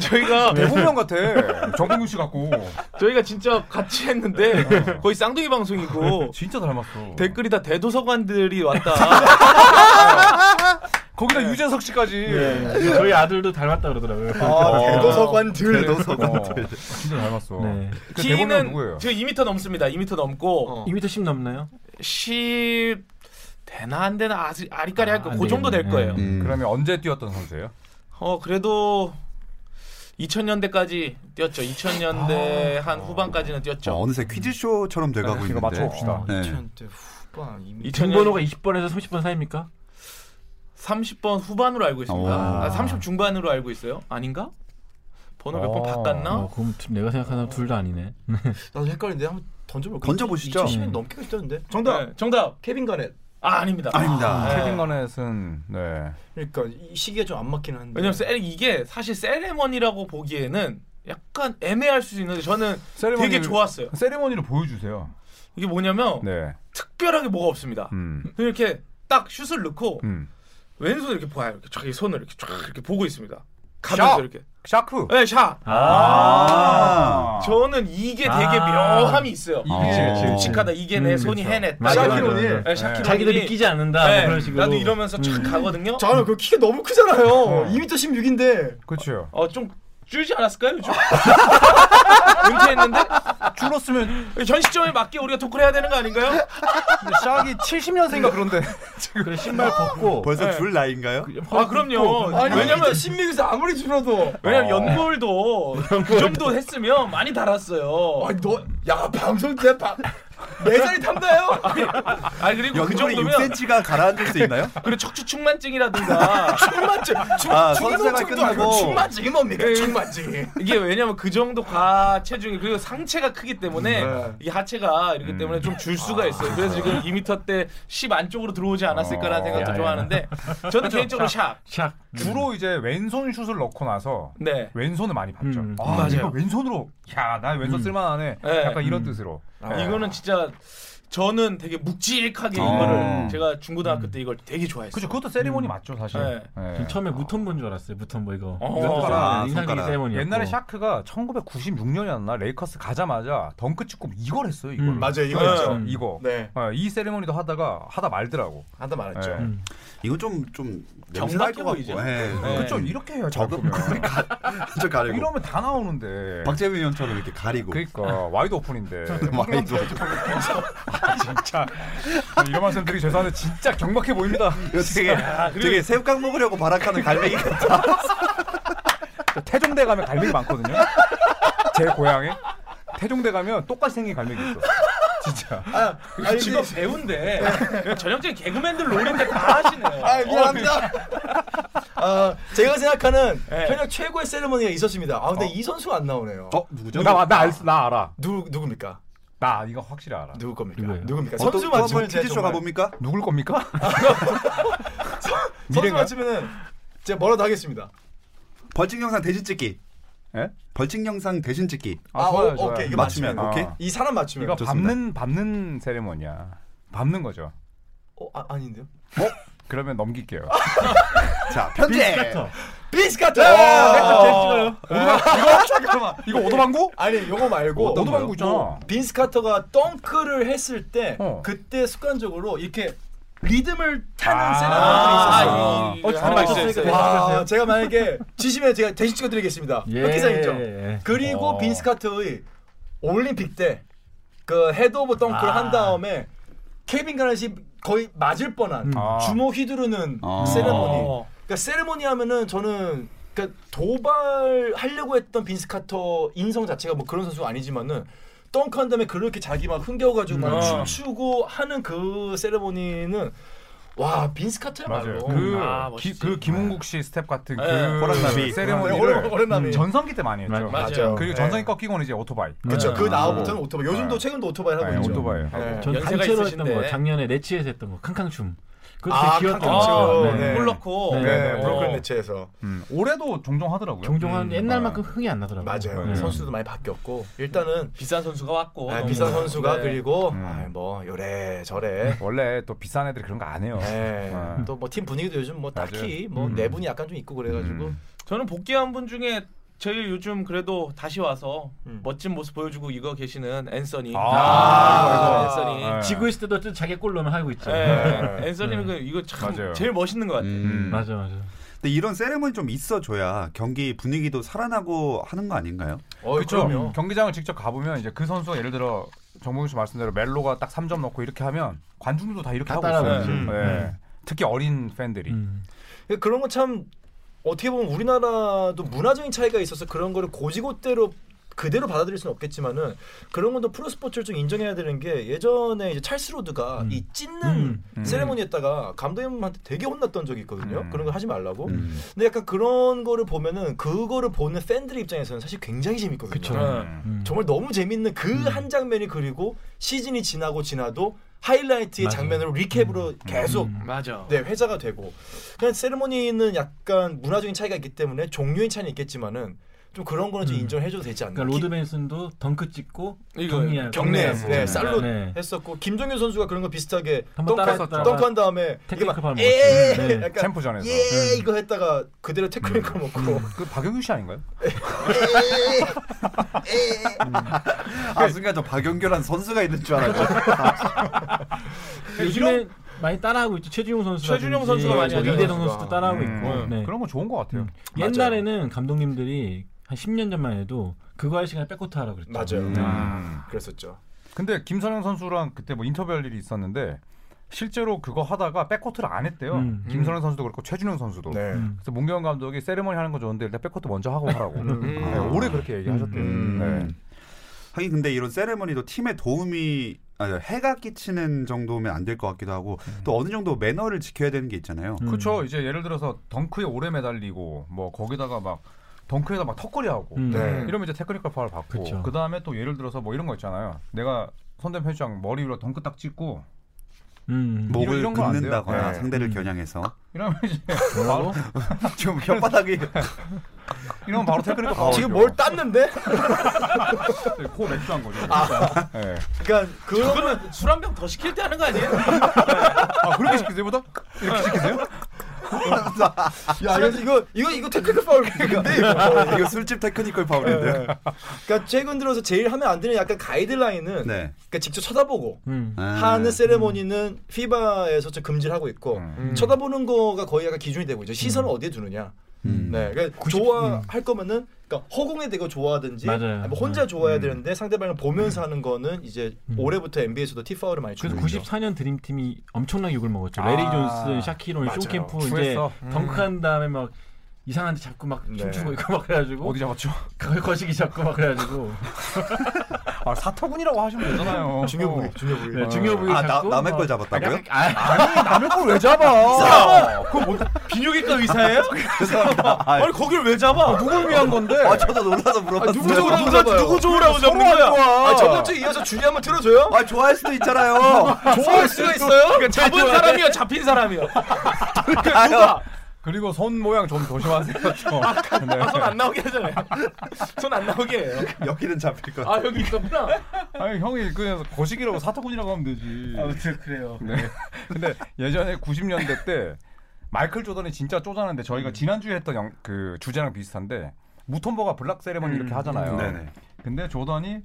Speaker 4: 저희가
Speaker 2: 대본명 같아. 네. 정봉규 씨 같고.
Speaker 4: 아. 저희가 진짜 같이 했는데 거의 쌍둥이 방송이고
Speaker 2: 진짜 닮았어. 아,
Speaker 4: 댓글이 다 대도서관들이 왔다. 네.
Speaker 2: 거기다 유재석 씨까지.
Speaker 5: 예. 저희 아들도 닮았다 그러더라고요.
Speaker 3: 아,
Speaker 2: 어.
Speaker 3: 대도서관들
Speaker 2: 어,
Speaker 1: 음.
Speaker 2: 진짜 닮았어.
Speaker 5: 네.
Speaker 2: 그 대본명
Speaker 4: 키는
Speaker 2: 누구예요?
Speaker 4: 지금 2m 넘습니다. 2m 넘고
Speaker 5: 2m 10 넘나요?
Speaker 4: 10 되나 안 되나 아직 아리까리 할
Speaker 5: 아,
Speaker 4: 거.
Speaker 5: 안
Speaker 4: 그 정도 될
Speaker 5: 되겠네.
Speaker 4: 거예요.
Speaker 5: 음.
Speaker 2: 그러면 언제 뛰었던 선수예요?
Speaker 4: 어 그래도 2000년대까지 뛰었죠. 2000년대 한 후반까지는
Speaker 1: 자,
Speaker 4: 뛰었죠.
Speaker 1: 어느새 퀴즈쇼처럼 돼가고
Speaker 2: 네, 이거
Speaker 1: 있는데.
Speaker 2: 맞춰봅시다.
Speaker 5: 어.
Speaker 1: 네.
Speaker 3: 2000대 후반 이미
Speaker 4: 2000년
Speaker 5: 등번호가 20번에서 30번 사이입니까?
Speaker 4: 30번 후반으로 알고 있습니다.
Speaker 1: 오.
Speaker 4: 아, 30 중반으로 알고 있어요. 아닌가? 번호 몇 번
Speaker 2: 어.
Speaker 5: 어,
Speaker 4: 바꿨나?
Speaker 5: 그럼 두- 내가 생각하는 둘 다 아니네.
Speaker 3: 나도 헷갈리는데 한번 던져볼까?
Speaker 1: 던져보시죠.
Speaker 3: 2010년 넘게 뛰었는데 정답
Speaker 4: 네, 정답.
Speaker 3: 케빈 가넷.
Speaker 4: 아 아닙니다.
Speaker 1: 아닙니다.
Speaker 4: 네.
Speaker 2: 케빈 거넷은 네.
Speaker 3: 그러니까 이 시기가 좀 안 맞긴 한데.
Speaker 4: 왜냐면 세, 이게 사실 세레머니라고 보기에는 약간 애매할 수도 있는데 저는
Speaker 2: 세레머니를-
Speaker 4: 되게 좋았어요.
Speaker 2: 세리머니를 보여주세요.
Speaker 4: 이게 뭐냐면
Speaker 2: 네.
Speaker 4: 특별하게 뭐가 없습니다.
Speaker 2: 음.
Speaker 4: 그냥 이렇게 딱 슛을 넣고
Speaker 2: 음.
Speaker 4: 왼손을 이렇게 봐요. 이렇게 자기 손을 이렇게 쫙 이렇게 보고 있습니다. 가면서
Speaker 2: 샷!
Speaker 4: 이렇게.
Speaker 2: 샤크.
Speaker 4: 네, 샷.
Speaker 1: 아.
Speaker 4: 저는 이게 되게
Speaker 5: 아.
Speaker 4: 묘함이 있어요.
Speaker 2: 이게
Speaker 1: 그치, 그치.
Speaker 4: 직하다 이게 내
Speaker 5: 음,
Speaker 4: 손이
Speaker 5: 그쵸.
Speaker 4: 해냈다.
Speaker 5: 맞아,
Speaker 4: 이런-
Speaker 5: 맞아, 맞아.
Speaker 3: 샤키로니.
Speaker 4: 네, 샤키로니.
Speaker 5: 자기도 느끼지 않는다
Speaker 4: 네,
Speaker 5: 뭐 그런 식으로.
Speaker 4: 나도 이러면서 착
Speaker 5: 음.
Speaker 4: 가거든요.
Speaker 3: 저는 그 키가 너무 크잖아요. 2m 16인데.
Speaker 2: 그렇죠.
Speaker 4: 어좀 줄지 않았을까요? 좀 은퇴했는데
Speaker 2: 줄었으면
Speaker 4: 전 시점에 맞게 우리가 토크를 해야 되는 거 아닌가요?
Speaker 2: 샥이 70년생인가 그런데
Speaker 5: 그래 신발
Speaker 2: 어.
Speaker 5: 벗고
Speaker 1: 벌써
Speaker 4: 네.
Speaker 1: 줄 나이인가요?
Speaker 2: 그
Speaker 4: 아 그럼요. 왜냐면
Speaker 3: 16에서 아무리 줄어도.
Speaker 4: 왜냐면 연골도 그 정도 했으면 많이 달았어요.
Speaker 3: 아니 너야 방송 때 방. 내 자리 탐나요?
Speaker 4: 아 그리고 그
Speaker 1: 연골에
Speaker 4: 정도면
Speaker 1: 6cm가 가라앉을 수 있나요?
Speaker 4: 그리고 척추측만증이라든가
Speaker 3: 충만증.
Speaker 1: 아, 선수생활
Speaker 3: 충만증도
Speaker 1: 끝나고.
Speaker 3: 아니고 충만증이 뭡니까? 충만증이.
Speaker 4: 이게 왜냐면 그 정도 과체중이 그리고 상체가 크기 때문에 이 하체가 이렇기 때문에 좀 줄 수가 있어요. 그래서 지금 2m대 10 안쪽으로 들어오지 않았을까라는
Speaker 2: 어.
Speaker 4: 생각도
Speaker 5: 야,
Speaker 4: 좀
Speaker 5: 야.
Speaker 4: 하는데 저는 개인적으로 샵.
Speaker 5: 샥
Speaker 2: 주로 이제 왼손 슛을 넣고 나서
Speaker 4: 네.
Speaker 2: 왼손을 많이 봤죠.
Speaker 5: 음.
Speaker 2: 아,
Speaker 4: 맞아요.
Speaker 2: 이거 왼손으로 야, 나 왼손 쓸만하네.
Speaker 4: 네.
Speaker 2: 약간 이런
Speaker 5: 음.
Speaker 2: 뜻으로.
Speaker 3: 아.
Speaker 4: 이거는 진짜 저는 되게 묵직하게
Speaker 1: 아.
Speaker 4: 이거를 제가 중고등학교 때 이걸 되게 좋아했어요.
Speaker 2: 그렇죠. 그것도 세리머니 맞죠, 사실.
Speaker 4: 네.
Speaker 2: 예.
Speaker 5: 전 처음에 무턴본 줄 알았어요. 무턴보 뭐 이거.
Speaker 4: 어,
Speaker 5: 이것도
Speaker 1: 손가락,
Speaker 5: 인상적인
Speaker 1: 손가락.
Speaker 5: 세레머니.
Speaker 2: 옛날에 샤크가 1996년이었나 레이커스 가자마자 덩크 찍고 이걸 했어요, 이걸.
Speaker 5: 음.
Speaker 3: 맞아요 이거
Speaker 4: 네.
Speaker 3: 있죠.
Speaker 5: 음.
Speaker 2: 이거.
Speaker 3: 네.
Speaker 2: 어, 이 세리머니도 하다가 하다 말더라고.
Speaker 3: 한다 말했죠.
Speaker 2: 네.
Speaker 1: 이건 좀, 좀,
Speaker 4: 정답
Speaker 1: 냄새날 것
Speaker 4: 끼고
Speaker 1: 같고. 예.
Speaker 4: 네.
Speaker 2: 그렇죠. 이렇게 해요.
Speaker 1: 저도
Speaker 2: 저도
Speaker 1: 좀 가리고.
Speaker 2: 이러면 다 나오는데.
Speaker 1: 박재민 형처럼 이렇게 가리고.
Speaker 2: 그러니까 와이드 오픈인데. 뭐
Speaker 1: 많이 도
Speaker 2: 진짜 이런 말씀 드리기 죄송한데 진짜 경박해 보입니다. 아,
Speaker 1: 되게, 되게 새우깡 먹으려고 발악하는 갈매기 같아.
Speaker 2: 저 태종대 가면 갈매기 많거든요. 제 고향에 태종대 가면 똑같이 생긴 갈매기 있어. 진짜.
Speaker 3: 아, 아니,
Speaker 4: 지금
Speaker 3: 근데-
Speaker 4: 배운데
Speaker 5: 네.
Speaker 4: 전형적인 개그맨들 노린데 다 하시네요.
Speaker 3: 아 미안합니다. 아 제가 생각하는
Speaker 4: 네.
Speaker 3: 현역 최고의 세레머니가 있었습니다. 아 근데 이 선수 안 나오네요.
Speaker 1: 어, 누구죠?
Speaker 2: 나나 나, 알- 나 알아.
Speaker 3: 누구 누굽니까?
Speaker 2: 나 이거 확실히 알아.
Speaker 3: 누구 겁니까?
Speaker 5: 누구예요?
Speaker 3: 누굽니까?
Speaker 1: 어떤
Speaker 3: 선수
Speaker 1: 또
Speaker 3: 맞추면
Speaker 1: 한번
Speaker 3: 제가
Speaker 1: 퀴즈쇼
Speaker 3: 정말
Speaker 1: 가봅니까?
Speaker 2: 누굴 겁니까?
Speaker 3: 선수
Speaker 2: 미래인가요?
Speaker 3: 맞추면은 제가 뭐라도 하겠습니다.
Speaker 1: 벌칙 영상 대신 찍기.
Speaker 2: 예?
Speaker 1: 벌칙 영상 대신 찍기.
Speaker 3: 아,
Speaker 2: 좋아요,
Speaker 3: 오-
Speaker 2: 좋아요.
Speaker 3: 오케이, 이거
Speaker 1: 맞추면,
Speaker 2: 맞추면.
Speaker 1: 오케이?
Speaker 2: 아.
Speaker 3: 이 음, 사람 맞추면
Speaker 2: 이거
Speaker 1: 좋습니다.
Speaker 2: 밟는 밟는 세레머니야. 밟는 거죠.
Speaker 3: 어, 아, 아닌데요?
Speaker 2: 그러면 넘길게요.
Speaker 1: 자, 편집!
Speaker 3: 비스카트. 네,
Speaker 2: 이거 오도방구?
Speaker 3: 아니 요거 말고
Speaker 2: 어떤 오도방구 있잖아.
Speaker 3: 빈스 카터가 덩크를 했을 때
Speaker 2: 어.
Speaker 3: 그때 습관적으로 이렇게 리듬을 타는
Speaker 2: 아.
Speaker 3: 세레머니가 있었어요.
Speaker 4: 아, 이-
Speaker 2: 어,
Speaker 4: 이-
Speaker 2: 잘
Speaker 4: 하나
Speaker 2: 맞췄어요.
Speaker 4: 있어요.
Speaker 2: 와.
Speaker 3: 와, 제가 만약에 지시면 제가 대신 찍어드리겠습니다.
Speaker 5: 예.
Speaker 3: 흑기상 있죠. 그리고
Speaker 2: 어.
Speaker 3: 빈스카트의 올림픽 때 그 헤드오브 덩크를
Speaker 5: 아.
Speaker 3: 한 다음에 케빈 가넷이 거의 맞을 뻔한
Speaker 5: 음.
Speaker 2: 아.
Speaker 3: 주먹 휘두르는
Speaker 1: 아.
Speaker 3: 세레머니.
Speaker 4: 어.
Speaker 3: 그러니까 세레머니 하면은 저는 그러니까 도발하려고 했던 빈스 카터 인성 자체가 뭐 그런 선수가 아니지만은 덩크한 다음에 그렇게 자기 막 흥겨워가지고 막
Speaker 4: 음.
Speaker 3: 춤추고 하는 그 세레모니는 와 빈스
Speaker 2: 맞아요.
Speaker 3: 카터야말로
Speaker 2: 그,
Speaker 4: 아,
Speaker 2: 기,
Speaker 4: 멋있지.
Speaker 2: 그 김웅국 씨 스텝 같은
Speaker 4: 네.
Speaker 2: 그
Speaker 1: 호랑나비.
Speaker 3: 호랑-
Speaker 2: 세레모니를 음,
Speaker 3: 호랑나비.
Speaker 2: 전성기 때 많이 했죠.
Speaker 5: 맞아요.
Speaker 3: 맞아요.
Speaker 2: 그리고
Speaker 3: 네.
Speaker 2: 전성기 꺾이고는 이제 오토바이.
Speaker 3: 그렇죠. 그
Speaker 4: 네.
Speaker 3: 나오부터는 오토바이. 요즘도
Speaker 2: 아. 네.
Speaker 3: 최근도 오토바이 하고
Speaker 2: 네,
Speaker 3: 있죠.
Speaker 2: 오토바이.
Speaker 3: 네.
Speaker 5: 전
Speaker 4: 연세가
Speaker 5: 단체로
Speaker 4: 있으신데.
Speaker 5: 했던 거 작년에 레치에서 했던 거 캉캉춤. 그것도
Speaker 3: 아,
Speaker 5: 되게 귀엽던
Speaker 3: 캉캉춤.
Speaker 5: 거.
Speaker 3: 네.
Speaker 4: 물 넣고.
Speaker 5: 네.
Speaker 3: 네,
Speaker 4: 어.
Speaker 3: 브로클린 매치에서
Speaker 2: 음, 올해도 종종 하더라고요.
Speaker 5: 종종 한
Speaker 3: 음,
Speaker 5: 옛날만큼 흥이 안 나더라고요.
Speaker 3: 맞아요.
Speaker 5: 네.
Speaker 3: 선수도 많이 바뀌었고 일단은
Speaker 4: 비싼 선수가 왔고.
Speaker 3: 아,
Speaker 4: 너무.
Speaker 3: 비싼 선수가
Speaker 4: 네.
Speaker 3: 그리고
Speaker 2: 어. 음.
Speaker 3: 아, 뭐 요래 저래
Speaker 2: 원래 또 비싼 애들이 그런 거 안 해요. 네.
Speaker 3: 또 뭐 팀 분위기도 요즘 뭐
Speaker 2: 맞아요.
Speaker 3: 딱히 뭐
Speaker 2: 음.
Speaker 3: 내분이 약간 좀 있고 그래가지고
Speaker 2: 음.
Speaker 4: 저는 복귀한 분 중에 제일 요즘 그래도 다시 와서
Speaker 3: 음.
Speaker 4: 멋진 모습 보여주고 이거 계시는 앤서니.
Speaker 2: 아,
Speaker 4: 아,
Speaker 3: 그래서.
Speaker 4: 앤서니.
Speaker 2: 네.
Speaker 5: 지고 있을 때도 또 자기 골 넣으면 하고 있죠.
Speaker 4: 예, 예. 앤서니는 그 이거 참
Speaker 2: 맞아요.
Speaker 4: 제일 멋있는 것 같아. 요
Speaker 1: 음.
Speaker 5: 맞아 맞아.
Speaker 1: 근데 이런 세레머니 좀 있어줘야 경기 분위기도 살아나고 하는 거 아닌가요?
Speaker 3: 어,
Speaker 2: 그렇죠.
Speaker 3: 그럼요.
Speaker 2: 경기장을 직접 가보면 이제 그 선수가 예를 들어 정봉준 씨 말씀대로 멜로가 딱 3점 넣고 이렇게 하면 관중들도 다 이렇게
Speaker 5: 다
Speaker 2: 하고
Speaker 5: 따라오죠.
Speaker 2: 있어요. 네. 특히 어린 팬들이.
Speaker 5: 음.
Speaker 3: 예, 그런 건 참 어떻게 보면 우리나라도 문화적인 차이가 있어서 그런 거를 고지고대로 그대로 받아들일 수는 없겠지만은 그런 것도 프로 스포츠를 좀 인정해야 되는 게 예전에 이제 찰스 로드가 이 찢는
Speaker 5: 음.
Speaker 2: 음.
Speaker 3: 세레모니 했다가 감독님한테 되게 혼났던 적이 있거든요.
Speaker 2: 음.
Speaker 3: 그런 거 하지 말라고.
Speaker 1: 음.
Speaker 3: 근데 약간 그런 거를 보면은 그거를 보는 팬들의 입장에서는 사실 굉장히 재밌거든요.
Speaker 5: 그쵸.
Speaker 2: 음.
Speaker 5: 음.
Speaker 3: 정말 너무 재밌는 그 한 장면이 그리고 시즌이 지나고 지나도 하이라이트의
Speaker 5: 맞아요.
Speaker 3: 장면으로 리캡으로 계속
Speaker 5: 음.
Speaker 4: 맞아.
Speaker 3: 네, 회자가 되고 그냥 세레모니는 약간 문화적인 차이가 있기 때문에 종류의 차이는 있겠지만은 좀 그런 거는 좀
Speaker 5: 음.
Speaker 3: 인정해줘도 되지 않나.
Speaker 5: 그러니까 로드 벤슨도 덩크 찍고
Speaker 4: 이거
Speaker 5: 경리할
Speaker 3: 경례,
Speaker 5: 경례하고.
Speaker 3: 네, 쌀로
Speaker 5: 네.
Speaker 3: 했었고 김종현 선수가 그런 거 비슷하게
Speaker 5: 한번
Speaker 3: 덩크-
Speaker 5: 따라했다가
Speaker 3: 덩크한 다음에
Speaker 5: 태클
Speaker 3: 이게 막
Speaker 5: 발목
Speaker 3: 예,
Speaker 5: 맞추는, 네. 음.
Speaker 3: 약간
Speaker 2: 챔프전에서.
Speaker 3: 예 이거 했다가 그대로 태클 걸 먹고
Speaker 2: 그 박영규 씨 아닌가요?
Speaker 1: 아 순간 저 박영규란 선수가 있는 줄 알았죠.
Speaker 5: 요즘에 많이 따라하고 있죠. 최준용 선수가
Speaker 4: 네. 최준용 선수가 많이 하죠.
Speaker 5: 이대동 선수도
Speaker 3: 선수가.
Speaker 5: 따라하고 있고.
Speaker 2: 음.
Speaker 5: 네.
Speaker 2: 그런 거 좋은 것 같아요.
Speaker 5: 옛날에는 감독님들이 한 10년 전만 해도 그거 할 시간에 백코트 하라고 그랬죠.
Speaker 3: 맞아요.
Speaker 2: 음.
Speaker 3: 그랬었죠.
Speaker 2: 근데 김선영 선수랑 그때 뭐 인터뷰할 일이 있었는데 실제로 그거 하다가 백코트를 안 했대요.
Speaker 5: 음.
Speaker 2: 김선영 선수도 그렇고 최준영 선수도.
Speaker 3: 네.
Speaker 5: 음.
Speaker 2: 그래서 문경 감독이 세리머니 하는 거 좋은데 일단 백코트 먼저 하고 하라고.
Speaker 4: 음.
Speaker 2: 네,
Speaker 1: 아.
Speaker 2: 오래 그렇게 얘기하셨대요.
Speaker 1: 음.
Speaker 2: 네.
Speaker 1: 하긴 근데 이런 세레머니도 팀에 도움이 아니, 해가 끼치는 정도면 안 될 것 같기도 하고 또 어느 정도 매너를 지켜야 되는 게 있잖아요.
Speaker 5: 음.
Speaker 2: 그렇죠. 이제 예를 들어서 덩크에 오래 매달리고 뭐 거기다가 막 덩크에다 막 턱걸이 하고
Speaker 5: 음.
Speaker 3: 네.
Speaker 2: 이러면 이제 테크니컬 파울 받고
Speaker 5: 그쵸.
Speaker 2: 그 다음에 또 예를 들어서 뭐 이런 거 있잖아요. 내가 손대편 회장 머리 위로 덩크 딱 찍고
Speaker 5: 음.
Speaker 2: 뭐-
Speaker 1: 목을
Speaker 2: 이런 건안 돼요?
Speaker 1: 긋는다거나
Speaker 3: 네.
Speaker 1: 상대를 겨냥해서
Speaker 2: 이러면 이제 바로
Speaker 1: 지금 혓바닥이
Speaker 2: 이러면 바로 테크니컬 파울.
Speaker 3: 아, 지금 뭘 땄는데?
Speaker 2: 코 맥주 한 거죠. 네.
Speaker 3: 그러니까 그런
Speaker 4: 그거는 술 한 병 더 시킬 때 하는 거 아니에요?
Speaker 2: 아 그렇게 시키세요, 보다? 이렇게 시키세요?
Speaker 3: 야 이거 이거 이거, 이거 테크니컬
Speaker 5: 네.
Speaker 3: 파울인데 이거.
Speaker 1: 이거 술집 테크니컬 파울인데요.
Speaker 3: 그러니까 최근 들어서 제일 하면 안 되는 약간 가이드라인은
Speaker 1: 네.
Speaker 3: 그러니까 직접 쳐다보고
Speaker 5: 음.
Speaker 1: 아.
Speaker 3: 하는 세레모니는 피바에서 좀 금지를 하고 있고
Speaker 2: 음.
Speaker 3: 쳐다보는 거가 거의 약간 기준이 되고 있죠. 시선을 어디에 두느냐.
Speaker 1: 음.
Speaker 3: 네, 그러니까 좋아할 거면은 그러니까 허공에 대고 좋아하든지
Speaker 5: 맞아요.
Speaker 3: 아니면 혼자 좋아해야
Speaker 2: 음.
Speaker 3: 되는데 상대방을 보면서 하는 거는 이제
Speaker 5: 음.
Speaker 3: 올해부터 NBA에서도 티 파울을 많이
Speaker 5: 그래서
Speaker 3: 주는 거죠.
Speaker 5: 94년 드림팀이 엄청나게 욕을 먹었죠.
Speaker 2: 아.
Speaker 5: 레리 존슨, 샤키론,
Speaker 3: 맞아요.
Speaker 5: 쇼캠프 이제
Speaker 2: 추했어.
Speaker 5: 덩크한 다음에 막 이상한 데 잡고 막
Speaker 3: 네.
Speaker 5: 춤추고 있고 막 그래가지고
Speaker 2: 어디 잡았죠?
Speaker 5: 거- 거시기 잡고 막 그래가지고
Speaker 2: 아 사타구니라고 하시면 되잖아요.
Speaker 3: 중요 부위, 중요 부위.
Speaker 5: 네, 중요 부위
Speaker 1: 아, 나-
Speaker 5: 잡고
Speaker 1: 남의
Speaker 5: 막-
Speaker 1: 걸 잡았다고요?
Speaker 5: 약간- 아,
Speaker 2: 아니 남의 걸 왜 잡아? 그거 뭐
Speaker 4: 비뇨기과 의사예요?
Speaker 1: 죄송합니다.
Speaker 4: 아니 거길 왜 잡아?
Speaker 2: 누굴 위한 건데?
Speaker 1: 아, 저도 놀라서 물어봤어요.
Speaker 3: 누구 좋으라고
Speaker 4: 누가
Speaker 3: 잡아요?
Speaker 4: 누구 좋으라고 잡는
Speaker 2: 그 서로 할
Speaker 4: 거야?
Speaker 2: 거야.
Speaker 3: 아 저번 주에 이어서 준이 한번 틀어줘요.
Speaker 1: 아, 좋아할 수도 있잖아요.
Speaker 3: 좋아할 수가 있어요?
Speaker 4: 잡은 사람이요, 잡힌 사람이요.
Speaker 1: 아요.
Speaker 2: 그리고 손 모양 좀 조심하세요. 좀. 네.
Speaker 4: 손 안 나오게 하잖아요. 손 안 나오게 해요.
Speaker 1: 여기는 잡힐 것 같아.
Speaker 4: 아 여기 있었구나.
Speaker 2: 아니 형이 그냥 거시기라고 사타구니라고 하면 되지.
Speaker 5: 아무튼 그래요.
Speaker 2: 네. 근데 예전에 90년대 때 마이클 조던이 진짜 쪼잔한데 저희가 지난주에 했던 영- 그 주제랑 비슷한데 무톰버가 블락 세레머니 이렇게 하잖아요.
Speaker 1: 음. 네네.
Speaker 2: 근데 조던이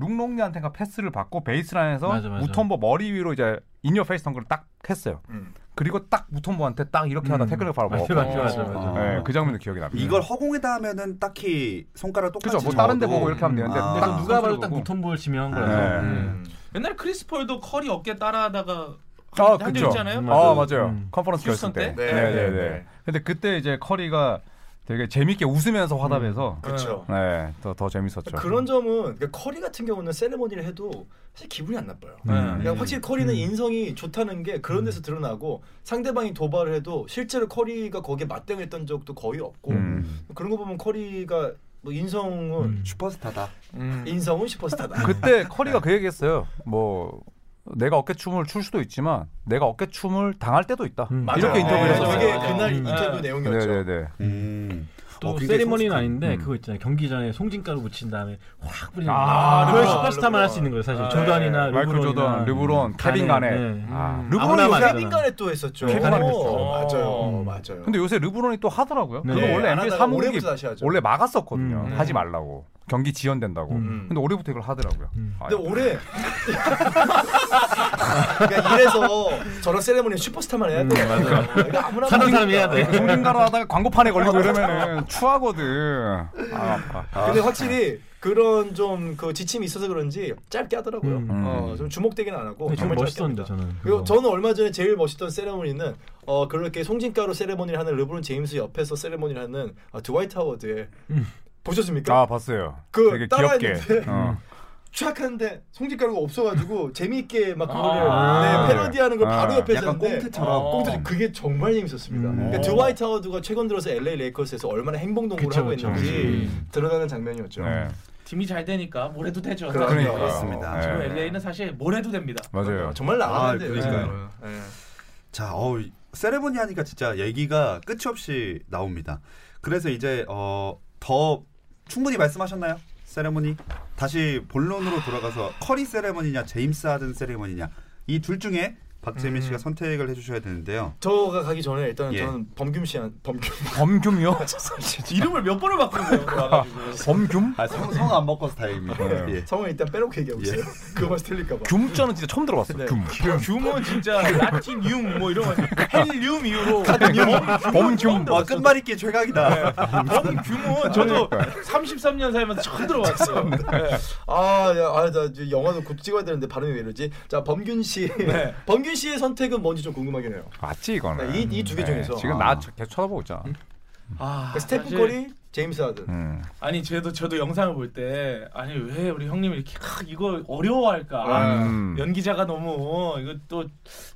Speaker 2: 룩롱리한테가 패스를 받고 베이스라인에서
Speaker 5: 맞아, 맞아.
Speaker 2: 무톰버 머리 위로 이제 인어 페이스 덩크를 딱 했어요.
Speaker 3: 음.
Speaker 2: 그리고 딱 무톰버한테 딱 이렇게 하다 태클을 바로
Speaker 5: 음. 맞아
Speaker 2: 먹었고.
Speaker 5: 맞아 맞아. 맞아.
Speaker 1: 아.
Speaker 2: 네, 그 장면도 기억이 납니다.
Speaker 1: 이걸 허공에다 하면은 딱히 손가락 똑같이
Speaker 2: 그죠? 뭐 다른 데
Speaker 1: 저어도
Speaker 2: 보고 이렇게 하면 되는데
Speaker 1: 음.
Speaker 5: 근데
Speaker 1: 아.
Speaker 5: 또 누가 봐도 딱 무턴볼 지명한 거라서.
Speaker 2: 네.
Speaker 3: 음.
Speaker 4: 옛날에 크리스 폴도 커리 어깨 따라하다가
Speaker 2: 아,
Speaker 4: 한적
Speaker 2: 그쵸.
Speaker 4: 있잖아요.
Speaker 5: 음,
Speaker 2: 아
Speaker 5: 맞아요.
Speaker 2: 맞아요.
Speaker 5: 음.
Speaker 2: 컨퍼런스 결승
Speaker 4: 휴스턴
Speaker 2: 때.
Speaker 4: 때?
Speaker 2: 네, 네, 네. 근데 그때 이제 커리가 되게 재밌게 웃으면서 화답해서
Speaker 3: 그렇죠.
Speaker 2: 네, 더, 더 재밌었죠.
Speaker 3: 그런 점은 그러니까 커리 같은 경우는 세레머니를 해도 사실 기분이 안 나빠요.
Speaker 2: 네. 음.
Speaker 3: 그러니까 확실히 커리는 인성이 좋다는 게 그런 데서 드러나고 상대방이 도발을 해도 실제로 커리가 거기에 맞대응했던 적도 거의 없고
Speaker 2: 음.
Speaker 3: 그런 거 보면 커리가 뭐 인성은
Speaker 1: 슈퍼스타다.
Speaker 4: 음.
Speaker 3: 인성은 슈퍼스타다.
Speaker 2: 그때 커리가 그 얘기했어요. 뭐 내가 어깨춤을 출 수도 있지만 내가 어깨춤을 당할 때도 있다.
Speaker 5: 음.
Speaker 3: 맞아요.
Speaker 2: 이렇게 인터뷰를
Speaker 3: 네,
Speaker 2: 했었어요.
Speaker 3: 그게
Speaker 4: 아.
Speaker 3: 그날
Speaker 5: 음.
Speaker 3: 인터뷰
Speaker 4: 네.
Speaker 3: 내용이었죠.
Speaker 2: 네네네.
Speaker 1: 음.
Speaker 5: 또
Speaker 1: 어, 굉장히
Speaker 5: 세리머니는
Speaker 1: 성숙한-
Speaker 5: 아닌데
Speaker 2: 음.
Speaker 5: 그거 있잖아요. 경기 전에 송진가루 묻힌 다음에 확 뿌리는
Speaker 2: 아, 네.
Speaker 5: 아, 그걸
Speaker 3: 르브론,
Speaker 5: 슈퍼스타만
Speaker 3: 르브론.
Speaker 5: 할 수 있는 거예요. 사실
Speaker 4: 아,
Speaker 5: 조던이나
Speaker 4: 예.
Speaker 2: 마이클 조던,
Speaker 5: 르브론이나
Speaker 2: 르브론, 케빈 간에.
Speaker 5: 간에, 네.
Speaker 2: 아,
Speaker 5: 음.
Speaker 2: 르브론이
Speaker 5: 아무나
Speaker 2: 요새
Speaker 5: 말이잖아.
Speaker 3: 케빈간에 또 했었죠.
Speaker 2: 케빈간에
Speaker 3: 오,
Speaker 4: 했었죠.
Speaker 3: 맞아요,
Speaker 4: 음.
Speaker 3: 맞아요.
Speaker 2: 근데 요새 르브론이 또 하더라고요.
Speaker 5: 네.
Speaker 2: 그거
Speaker 5: 네,
Speaker 2: 원래
Speaker 3: 안
Speaker 2: NBA
Speaker 3: 하다가 올해부터 다시 하죠.
Speaker 2: 3무기 원래 막았었거든요.
Speaker 5: 음.
Speaker 2: 하지 말라고. 경기 지연된다고.
Speaker 5: 음.
Speaker 2: 근데 올해부터 이걸 하더라고요.
Speaker 5: 음.
Speaker 2: 아,
Speaker 3: 근데 올해 그러니까 이래서 저런 세레모니 슈퍼스타만 해야 돼. 그러니까 맞아. 아무나 네.
Speaker 5: 사는 사람이 해야
Speaker 3: 하니까.
Speaker 5: 돼.
Speaker 2: 송진가루 하다가 광고판에 걸리고 이러면은 추하거든. 아, 아파.
Speaker 3: 근데 확실히 그런 좀 그 지침이 있어서 그런지 짧게 하더라고요.
Speaker 5: 음.
Speaker 3: 어, 좀 주목되긴 안 하고
Speaker 5: 근데 좀
Speaker 3: 정말 짧게
Speaker 5: 멋있었는데
Speaker 3: 합니다.
Speaker 5: 저는.
Speaker 3: 그리고 저는 얼마 전에 제일 멋있던 세레모니는 어 그렇게 송진가루 세레모니를 하는 르브론 제임스 옆에서 세레모니를 하는 어, 드와이트 하워드의 보셨습니까?
Speaker 2: 아 봤어요.
Speaker 3: 그
Speaker 2: 되게
Speaker 3: 따라
Speaker 2: 귀엽게.
Speaker 3: 했는데
Speaker 2: 어.
Speaker 3: 촥 하는데 송진가루가 없어가지고 재미있게 막 그거를
Speaker 5: 아.
Speaker 3: 네, 패러디하는 걸
Speaker 2: 아.
Speaker 3: 바로 옆에서
Speaker 1: 약간
Speaker 3: 했는데
Speaker 1: 꽁트처럼.
Speaker 3: 어, 꽁트 그게 정말 재밌었습니다.
Speaker 5: 음.
Speaker 3: 그러니까 드와이트 하워드가 최근 들어서 LA 레이커스에서 얼마나 행동 동구를
Speaker 5: 그쵸,
Speaker 3: 하고
Speaker 5: 그쵸.
Speaker 3: 있는지
Speaker 5: 음.
Speaker 3: 드러나는 장면이었죠.
Speaker 2: 네.
Speaker 4: 팀이 잘 되니까 뭘 해도 되죠.
Speaker 3: 그러니까요.
Speaker 4: 사실.
Speaker 1: 그렇습니다.
Speaker 4: 지금
Speaker 2: 네.
Speaker 4: LA는 사실 뭘 해도 됩니다.
Speaker 2: 맞아요.
Speaker 3: 정말 네. 나가는데
Speaker 1: 아, 그러니까요. 자, 어우, 세레모니 하니까 진짜 얘기가 끝이 없이 나옵니다. 그래서 이제 어, 더 충분히 말씀하셨나요? 세레모니 다시 본론으로 돌아가서 커리 세레모니냐 제임스 하든 세레모니냐 이 둘 중에 박재민 씨가 선택을 해주셔야 되는데요.
Speaker 3: 저가 가기 전에 일단은
Speaker 1: 예.
Speaker 3: 저는 범균 씨한 범균
Speaker 2: 범균이요?
Speaker 4: 이름을 몇 번을 바꾸는 거예요. 와가지고.
Speaker 2: 범균?
Speaker 1: 아, 성안 먹어서 다행입니다.
Speaker 2: 네.
Speaker 1: 예.
Speaker 3: 성은 일단 빼놓고 얘기하고 있어요. 그거만 틀릴까 봐.
Speaker 2: 균자는 진짜 처음 들어봤어요.
Speaker 3: 네.
Speaker 2: 균.
Speaker 4: 규모 진짜 라틴 융뭐 이런 거 헬륨 이후로
Speaker 2: 범균.
Speaker 1: 와 아, 끝말잇기 최강이다.
Speaker 4: 범 규모 저도 33년 살면서 처음 들어봤어요. 네.
Speaker 3: 아, 야, 아, 나 이제 영화도 곧 찍어야 되는데 발음이 왜 이러지? 자, 범균 씨,
Speaker 4: 네.
Speaker 3: 범균 씨의 선택은 뭔지 좀 궁금하긴 해요. 그러니까
Speaker 2: 맞지 이거는.
Speaker 3: 네, 이- 이두개 중에서.
Speaker 2: 지금
Speaker 1: 아.
Speaker 2: 나 쳐- 계속 쳐다보고 있잖아.
Speaker 4: 아,
Speaker 3: 그러니까 스테픈
Speaker 4: 사실-
Speaker 3: 커리, 제임스 하든.
Speaker 2: 음.
Speaker 4: 아니 저도 저도 영상을 볼 때 아니 왜 우리 형님이 이렇게 크, 이거 어려워할까?
Speaker 3: 아,
Speaker 2: 음.
Speaker 4: 연기자가 너무 이거 또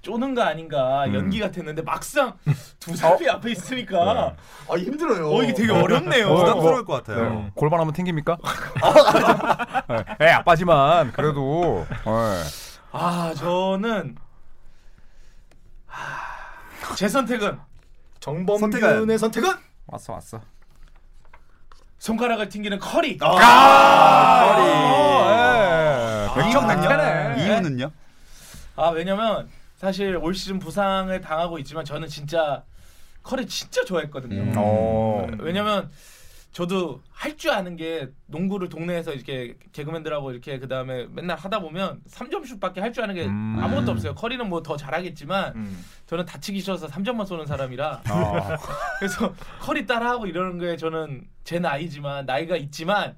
Speaker 4: 쪼는 거 아닌가
Speaker 2: 음.
Speaker 4: 연기 같았는데 막상 두 사람이 앞에 있으니까
Speaker 3: 아 힘들어요.
Speaker 4: 네. 어 이게 되게 어렵네요.
Speaker 1: 부담스러울 것
Speaker 2: 네.
Speaker 1: 같아요.
Speaker 2: 골반 한번 튕깁니까? 네. 에 아빠지만 그래도 네.
Speaker 4: 아 저는 아, 제 선택은
Speaker 3: 정범균의 선택은?
Speaker 2: 왔어 왔어.
Speaker 4: 손가락을 튕기는 커리.
Speaker 2: 아.
Speaker 1: 아,
Speaker 2: 예. 백점 백패네.
Speaker 1: 이유는요?
Speaker 4: 아 왜냐면 사실 올 시즌 부상을 당하고 있지만 저는 진짜 커리 진짜 좋아했거든요.
Speaker 2: 어.
Speaker 4: 왜냐면 저도 할 줄 아는 게 농구를 동네에서 이렇게 개그맨들하고 이렇게 그 다음에 맨날 하다 보면 3점슛밖에 할 줄 아는 게
Speaker 2: 음.
Speaker 4: 아무것도 없어요. 커리는 뭐 더 잘하겠지만
Speaker 3: 음.
Speaker 4: 저는 다치기 싫어서 3점만 쏘는 사람이라
Speaker 2: 아.
Speaker 4: 그래서 커리 따라하고 이러는 게 저는 제 나이지만 나이가 있지만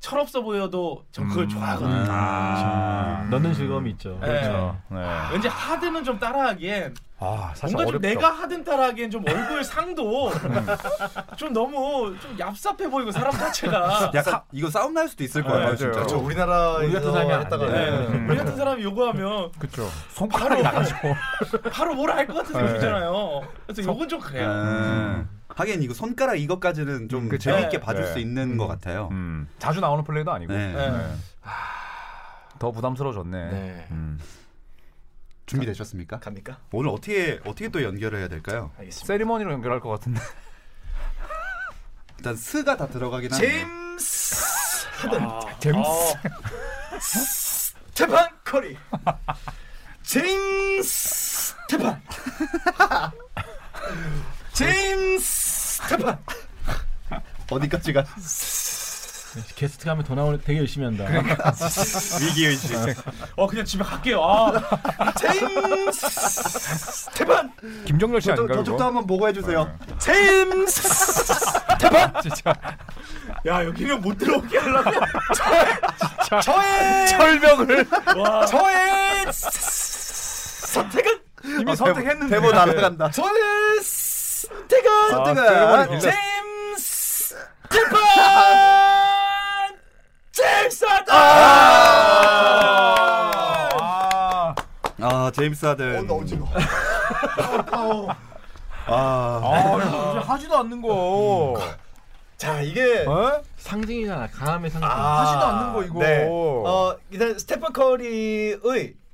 Speaker 4: 철없어 보여도 전 그걸 좋아하거든요.
Speaker 2: 음. 아.
Speaker 5: 넣는 즐거움이 있죠.
Speaker 4: 네.
Speaker 2: 그렇죠. 네.
Speaker 4: 왠지 하드는 좀 따라하기엔
Speaker 2: 아, 사실
Speaker 4: 뭔가 좀
Speaker 2: 어렵죠.
Speaker 4: 내가 하든 따라하기엔 좀 얼굴 상도 좀 너무 좀 얍삽해 보이고 사람 자체가
Speaker 1: 약간 이거 싸움 날 수도 있을 것
Speaker 2: 네,
Speaker 1: 같아요.
Speaker 2: 맞아요.
Speaker 1: 진짜.
Speaker 3: 저 그렇죠. 우리나라
Speaker 5: 우리 같은 사람이 안
Speaker 3: 했다가
Speaker 5: 돼.
Speaker 4: 네.
Speaker 2: 음.
Speaker 4: 우리 같은 사람이 요구하면
Speaker 2: 그렇죠. 손가락이 나가지고.
Speaker 4: 바로 뭐라 할 것 같은
Speaker 2: 네.
Speaker 4: 느낌이잖아요. 그래서 요건 좀 그래요.
Speaker 1: 음. 예. 하긴 이거 손가락 이것까지는 좀
Speaker 2: 그쵸?
Speaker 1: 재밌게
Speaker 2: 네.
Speaker 1: 봐줄
Speaker 2: 네.
Speaker 1: 수 있는 것 같아요.
Speaker 2: 음. 자주 나오는 플레이도 아니고.
Speaker 1: 네.
Speaker 4: 네.
Speaker 2: 네. 더 부담스러워졌네.
Speaker 3: 네.
Speaker 2: 음.
Speaker 1: 준비되셨습니까?
Speaker 3: 갑니까?
Speaker 1: 오늘 어떻게 어떻게 또 연결을 해야 될까요?
Speaker 3: 알겠습니다.
Speaker 2: 세리머니로 연결할 것 같은데.
Speaker 1: 일단 스가 다 들어가긴 하는데
Speaker 3: 제임스 하든,
Speaker 2: 재밌어.
Speaker 3: 스테판 커리, 제임스 스테판, 제임스 스테판.
Speaker 1: 어디까지 가?
Speaker 5: 게스트 가면 더 나오는 되게 열심히 한다.
Speaker 1: 위기의식.
Speaker 4: 어 그냥 집에 갈게요. 아,
Speaker 3: 제임스 스테판
Speaker 2: 김정렬 씨 아닌가
Speaker 1: 저쪽도
Speaker 2: 그거?
Speaker 1: 한번 보고해 주세요.
Speaker 3: 제임스
Speaker 2: 진짜
Speaker 4: 야 여기는 못 들어오게 하려고.
Speaker 3: 저의
Speaker 2: 철벽을
Speaker 4: 와,
Speaker 3: 저의 선택은
Speaker 2: 이미 선택했는데.
Speaker 1: 대본 날아간다.
Speaker 3: 저의 선택은
Speaker 2: 아, 세레머니 빌렸어.
Speaker 3: 제임스
Speaker 1: 아!
Speaker 4: 티판
Speaker 3: 아.
Speaker 4: 잭사다.
Speaker 2: 아,
Speaker 1: 아 제임스 하든.
Speaker 6: 어나 어지러.
Speaker 1: 아,
Speaker 2: 아, 이제 하지도 않는 거.
Speaker 3: 자 이게
Speaker 2: 어?
Speaker 5: 상징이잖아. 강함의 상징.
Speaker 2: 하지도 않는 거 이거.
Speaker 3: 네. 어, 일단 스테판 커리의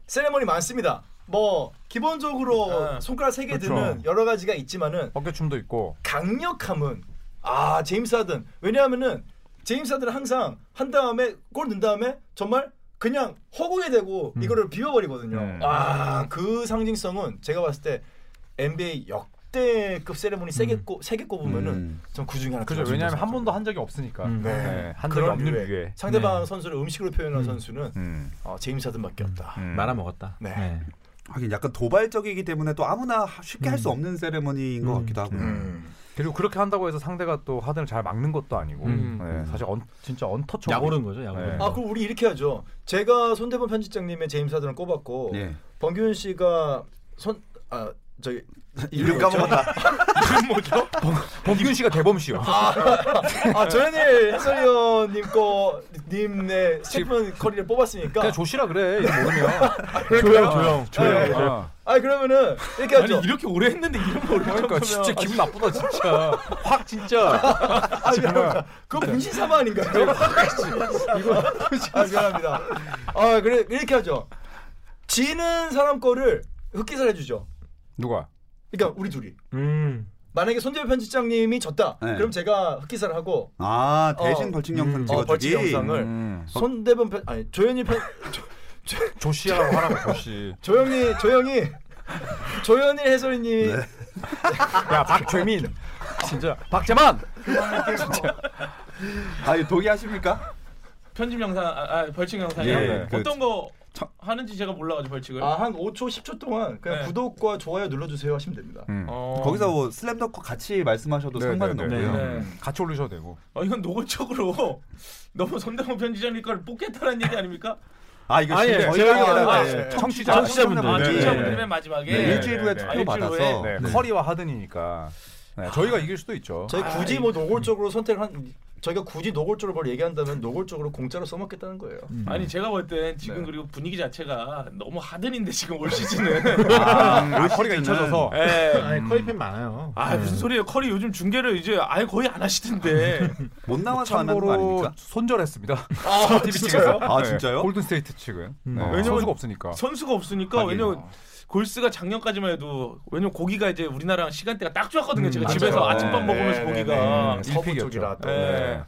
Speaker 3: 세레머니 많습니다. 뭐 기본적으로
Speaker 4: 네.
Speaker 3: 손가락 세 개
Speaker 2: 그렇죠.
Speaker 3: 드는 여러 가지가 있지만은
Speaker 2: 어깨춤도 있고.
Speaker 3: 강력함은 아 제임스 하든 왜냐하면은 제임스 하든 은 항상 한 다음에 골 넣은 다음에 정말 그냥 허공에 대고 이거를 비워버리거든요.
Speaker 2: 음. 네.
Speaker 3: 아그 상징성은 제가 봤을 때 NBA 역대급 세레모니 세개꼽 세개 꼽으면은
Speaker 1: 음.
Speaker 3: 전그 중에 하나.
Speaker 2: 그죠.
Speaker 3: 들어갈 수
Speaker 2: 왜냐하면
Speaker 3: 있어요.
Speaker 2: 한 번도 한 적이 없으니까.
Speaker 5: 음.
Speaker 2: 네. 한 적이
Speaker 3: 그런
Speaker 2: 없는
Speaker 3: 류의
Speaker 2: 기회.
Speaker 3: 상대방
Speaker 5: 네.
Speaker 3: 선수를 음식으로 표현한 선수는
Speaker 2: 음.
Speaker 3: 어, 제임스 하든밖에 없다.
Speaker 2: 음.
Speaker 5: 말아 먹었다.
Speaker 3: 네.
Speaker 1: 하긴 약간 도발적이기 때문에 또 아무나 하- 쉽게 할 수 없는 세레머니인 것
Speaker 5: 음.
Speaker 1: 같기도 하고.
Speaker 3: 음.
Speaker 2: 그리고 그렇게 한다고 해서 상대가 또 하든을 잘 막는 것도 아니고.
Speaker 5: 음.
Speaker 2: 네. 사실 언, 진짜 언터처.
Speaker 5: 약오른 거죠. 약오른.
Speaker 2: 네.
Speaker 5: 거.
Speaker 3: 아 그럼 우리 이렇게 하죠. 제가 손대범 편집장님의 제임스 하든을 꼽았고
Speaker 2: 네.
Speaker 1: 예.
Speaker 3: 범규현 씨가 손아 저기
Speaker 1: 이름 까먹었다.
Speaker 2: 범균 씨가 대범 씨요.
Speaker 3: 아 조현일 해설위원님 거 님의 네 스테픈 커리를 뽑았으니까
Speaker 2: 그냥 조시라 그래. 이름 모르면.
Speaker 3: 조용
Speaker 2: 조용.
Speaker 3: 조용.
Speaker 2: 아,
Speaker 3: 아 그러면은 이렇게
Speaker 4: 아니
Speaker 3: 하죠.
Speaker 4: 이렇게 오래 했는데 이런 걸
Speaker 2: 그러니까 진짜 기분 나쁘다 진짜. 확 진짜. 네.
Speaker 3: 아 미안합니다. 네. 그거 분신사마 아닌가요? 이거 아 미안합니다. 아 그래 이렇게 하죠. 지는 사람 거를 흑기사를 해주죠.
Speaker 2: 누가?
Speaker 3: 그러니까 우리 둘이
Speaker 5: 음.
Speaker 3: 만약에 손재현 편집장님이 졌다.
Speaker 1: 네.
Speaker 3: 그럼 제가 흑기사를 하고
Speaker 1: 아 대신
Speaker 3: 어.
Speaker 1: 벌칙 영상
Speaker 5: 음.
Speaker 1: 찍어주기.
Speaker 3: 어, 벌칙 영상을
Speaker 2: 음.
Speaker 1: 어.
Speaker 3: 손대범 편 아니 조현일 편
Speaker 2: 조시라고 하라고 조시.
Speaker 3: 조영이 조영이 조현일 해설위님
Speaker 1: 네.
Speaker 2: 야 박재민. 진짜 박재만.
Speaker 1: 아 동의하십니까?
Speaker 4: 편집 영상 아, 아, 벌칙 영상이요.
Speaker 1: 예, 그
Speaker 4: 어떤 거
Speaker 1: 참-
Speaker 4: 하는지 제가 몰라가지고 벌칙을.
Speaker 3: 아 한 5초 10초 동안 그냥
Speaker 4: 네.
Speaker 3: 구독과 좋아요 눌러주세요 하시면 됩니다.
Speaker 2: 음.
Speaker 4: 어.
Speaker 1: 거기서 뭐 슬램덩크 같이 말씀하셔도
Speaker 2: 네,
Speaker 1: 상관은
Speaker 2: 네, 네.
Speaker 1: 없고요.
Speaker 4: 네.
Speaker 2: 같이 올리셔도 되고.
Speaker 4: 어, 이건 노골적으로 너무 손대문 편집장님 걸 뽑겠다는 얘기 아닙니까?
Speaker 1: 아 이거
Speaker 2: 아니,
Speaker 1: 진짜
Speaker 2: 예,
Speaker 1: 저희가
Speaker 3: 제가-
Speaker 1: 아니라
Speaker 3: 아,
Speaker 1: 예,
Speaker 3: 예.
Speaker 2: 청취자.
Speaker 5: 청취자분들.
Speaker 4: 아,
Speaker 5: 네.
Speaker 4: 청취자분들의
Speaker 5: 네.
Speaker 4: 마지막에
Speaker 1: 네, 일주일 후에
Speaker 2: 네,
Speaker 1: 투표
Speaker 4: 네.
Speaker 1: 받아서
Speaker 2: 네, 커리와 하든이니까. 네, 저희가 이길 수도 있죠.
Speaker 3: 저희 굳이 뭐 노골적으로 선택을 한 저희가 굳이 노골적으로 뭘 얘기한다면 노골적으로 공짜로 써먹겠다는 거예요.
Speaker 4: 아니 제가 볼 땐 지금 그리고 분위기 자체가 너무 하든인데 지금 올 시즌은.
Speaker 2: 아, 커리가 잊혀져서.
Speaker 4: 예.
Speaker 5: 아니 커리팬 많아요.
Speaker 4: 아 무슨 소리예요? 커리 요즘 중계를 이제 아예 거의 안 하시던데.
Speaker 1: 못 나와서 하는 거
Speaker 2: 참고로
Speaker 1: 아닙니까?
Speaker 2: 손절했습니다. 네.
Speaker 3: 아
Speaker 1: 아 진짜요?
Speaker 2: 골든 스테이트 측은
Speaker 5: 음.
Speaker 2: 네,
Speaker 5: 왜냐면-
Speaker 2: 선수가 없으니까.
Speaker 4: 선수가 없으니까
Speaker 2: 하긴.
Speaker 4: 왜냐면 골스가 작년까지만 해도 왜냐면 고기가 이제 우리나라랑 시간대가 딱 좋았거든요. 제가
Speaker 2: 맞아요.
Speaker 4: 집에서 아침밥
Speaker 2: 네,
Speaker 4: 먹으면서 고기가.
Speaker 2: 네.
Speaker 3: 서부
Speaker 2: 일픽이었죠.
Speaker 3: 쪽이라 또.
Speaker 2: 네.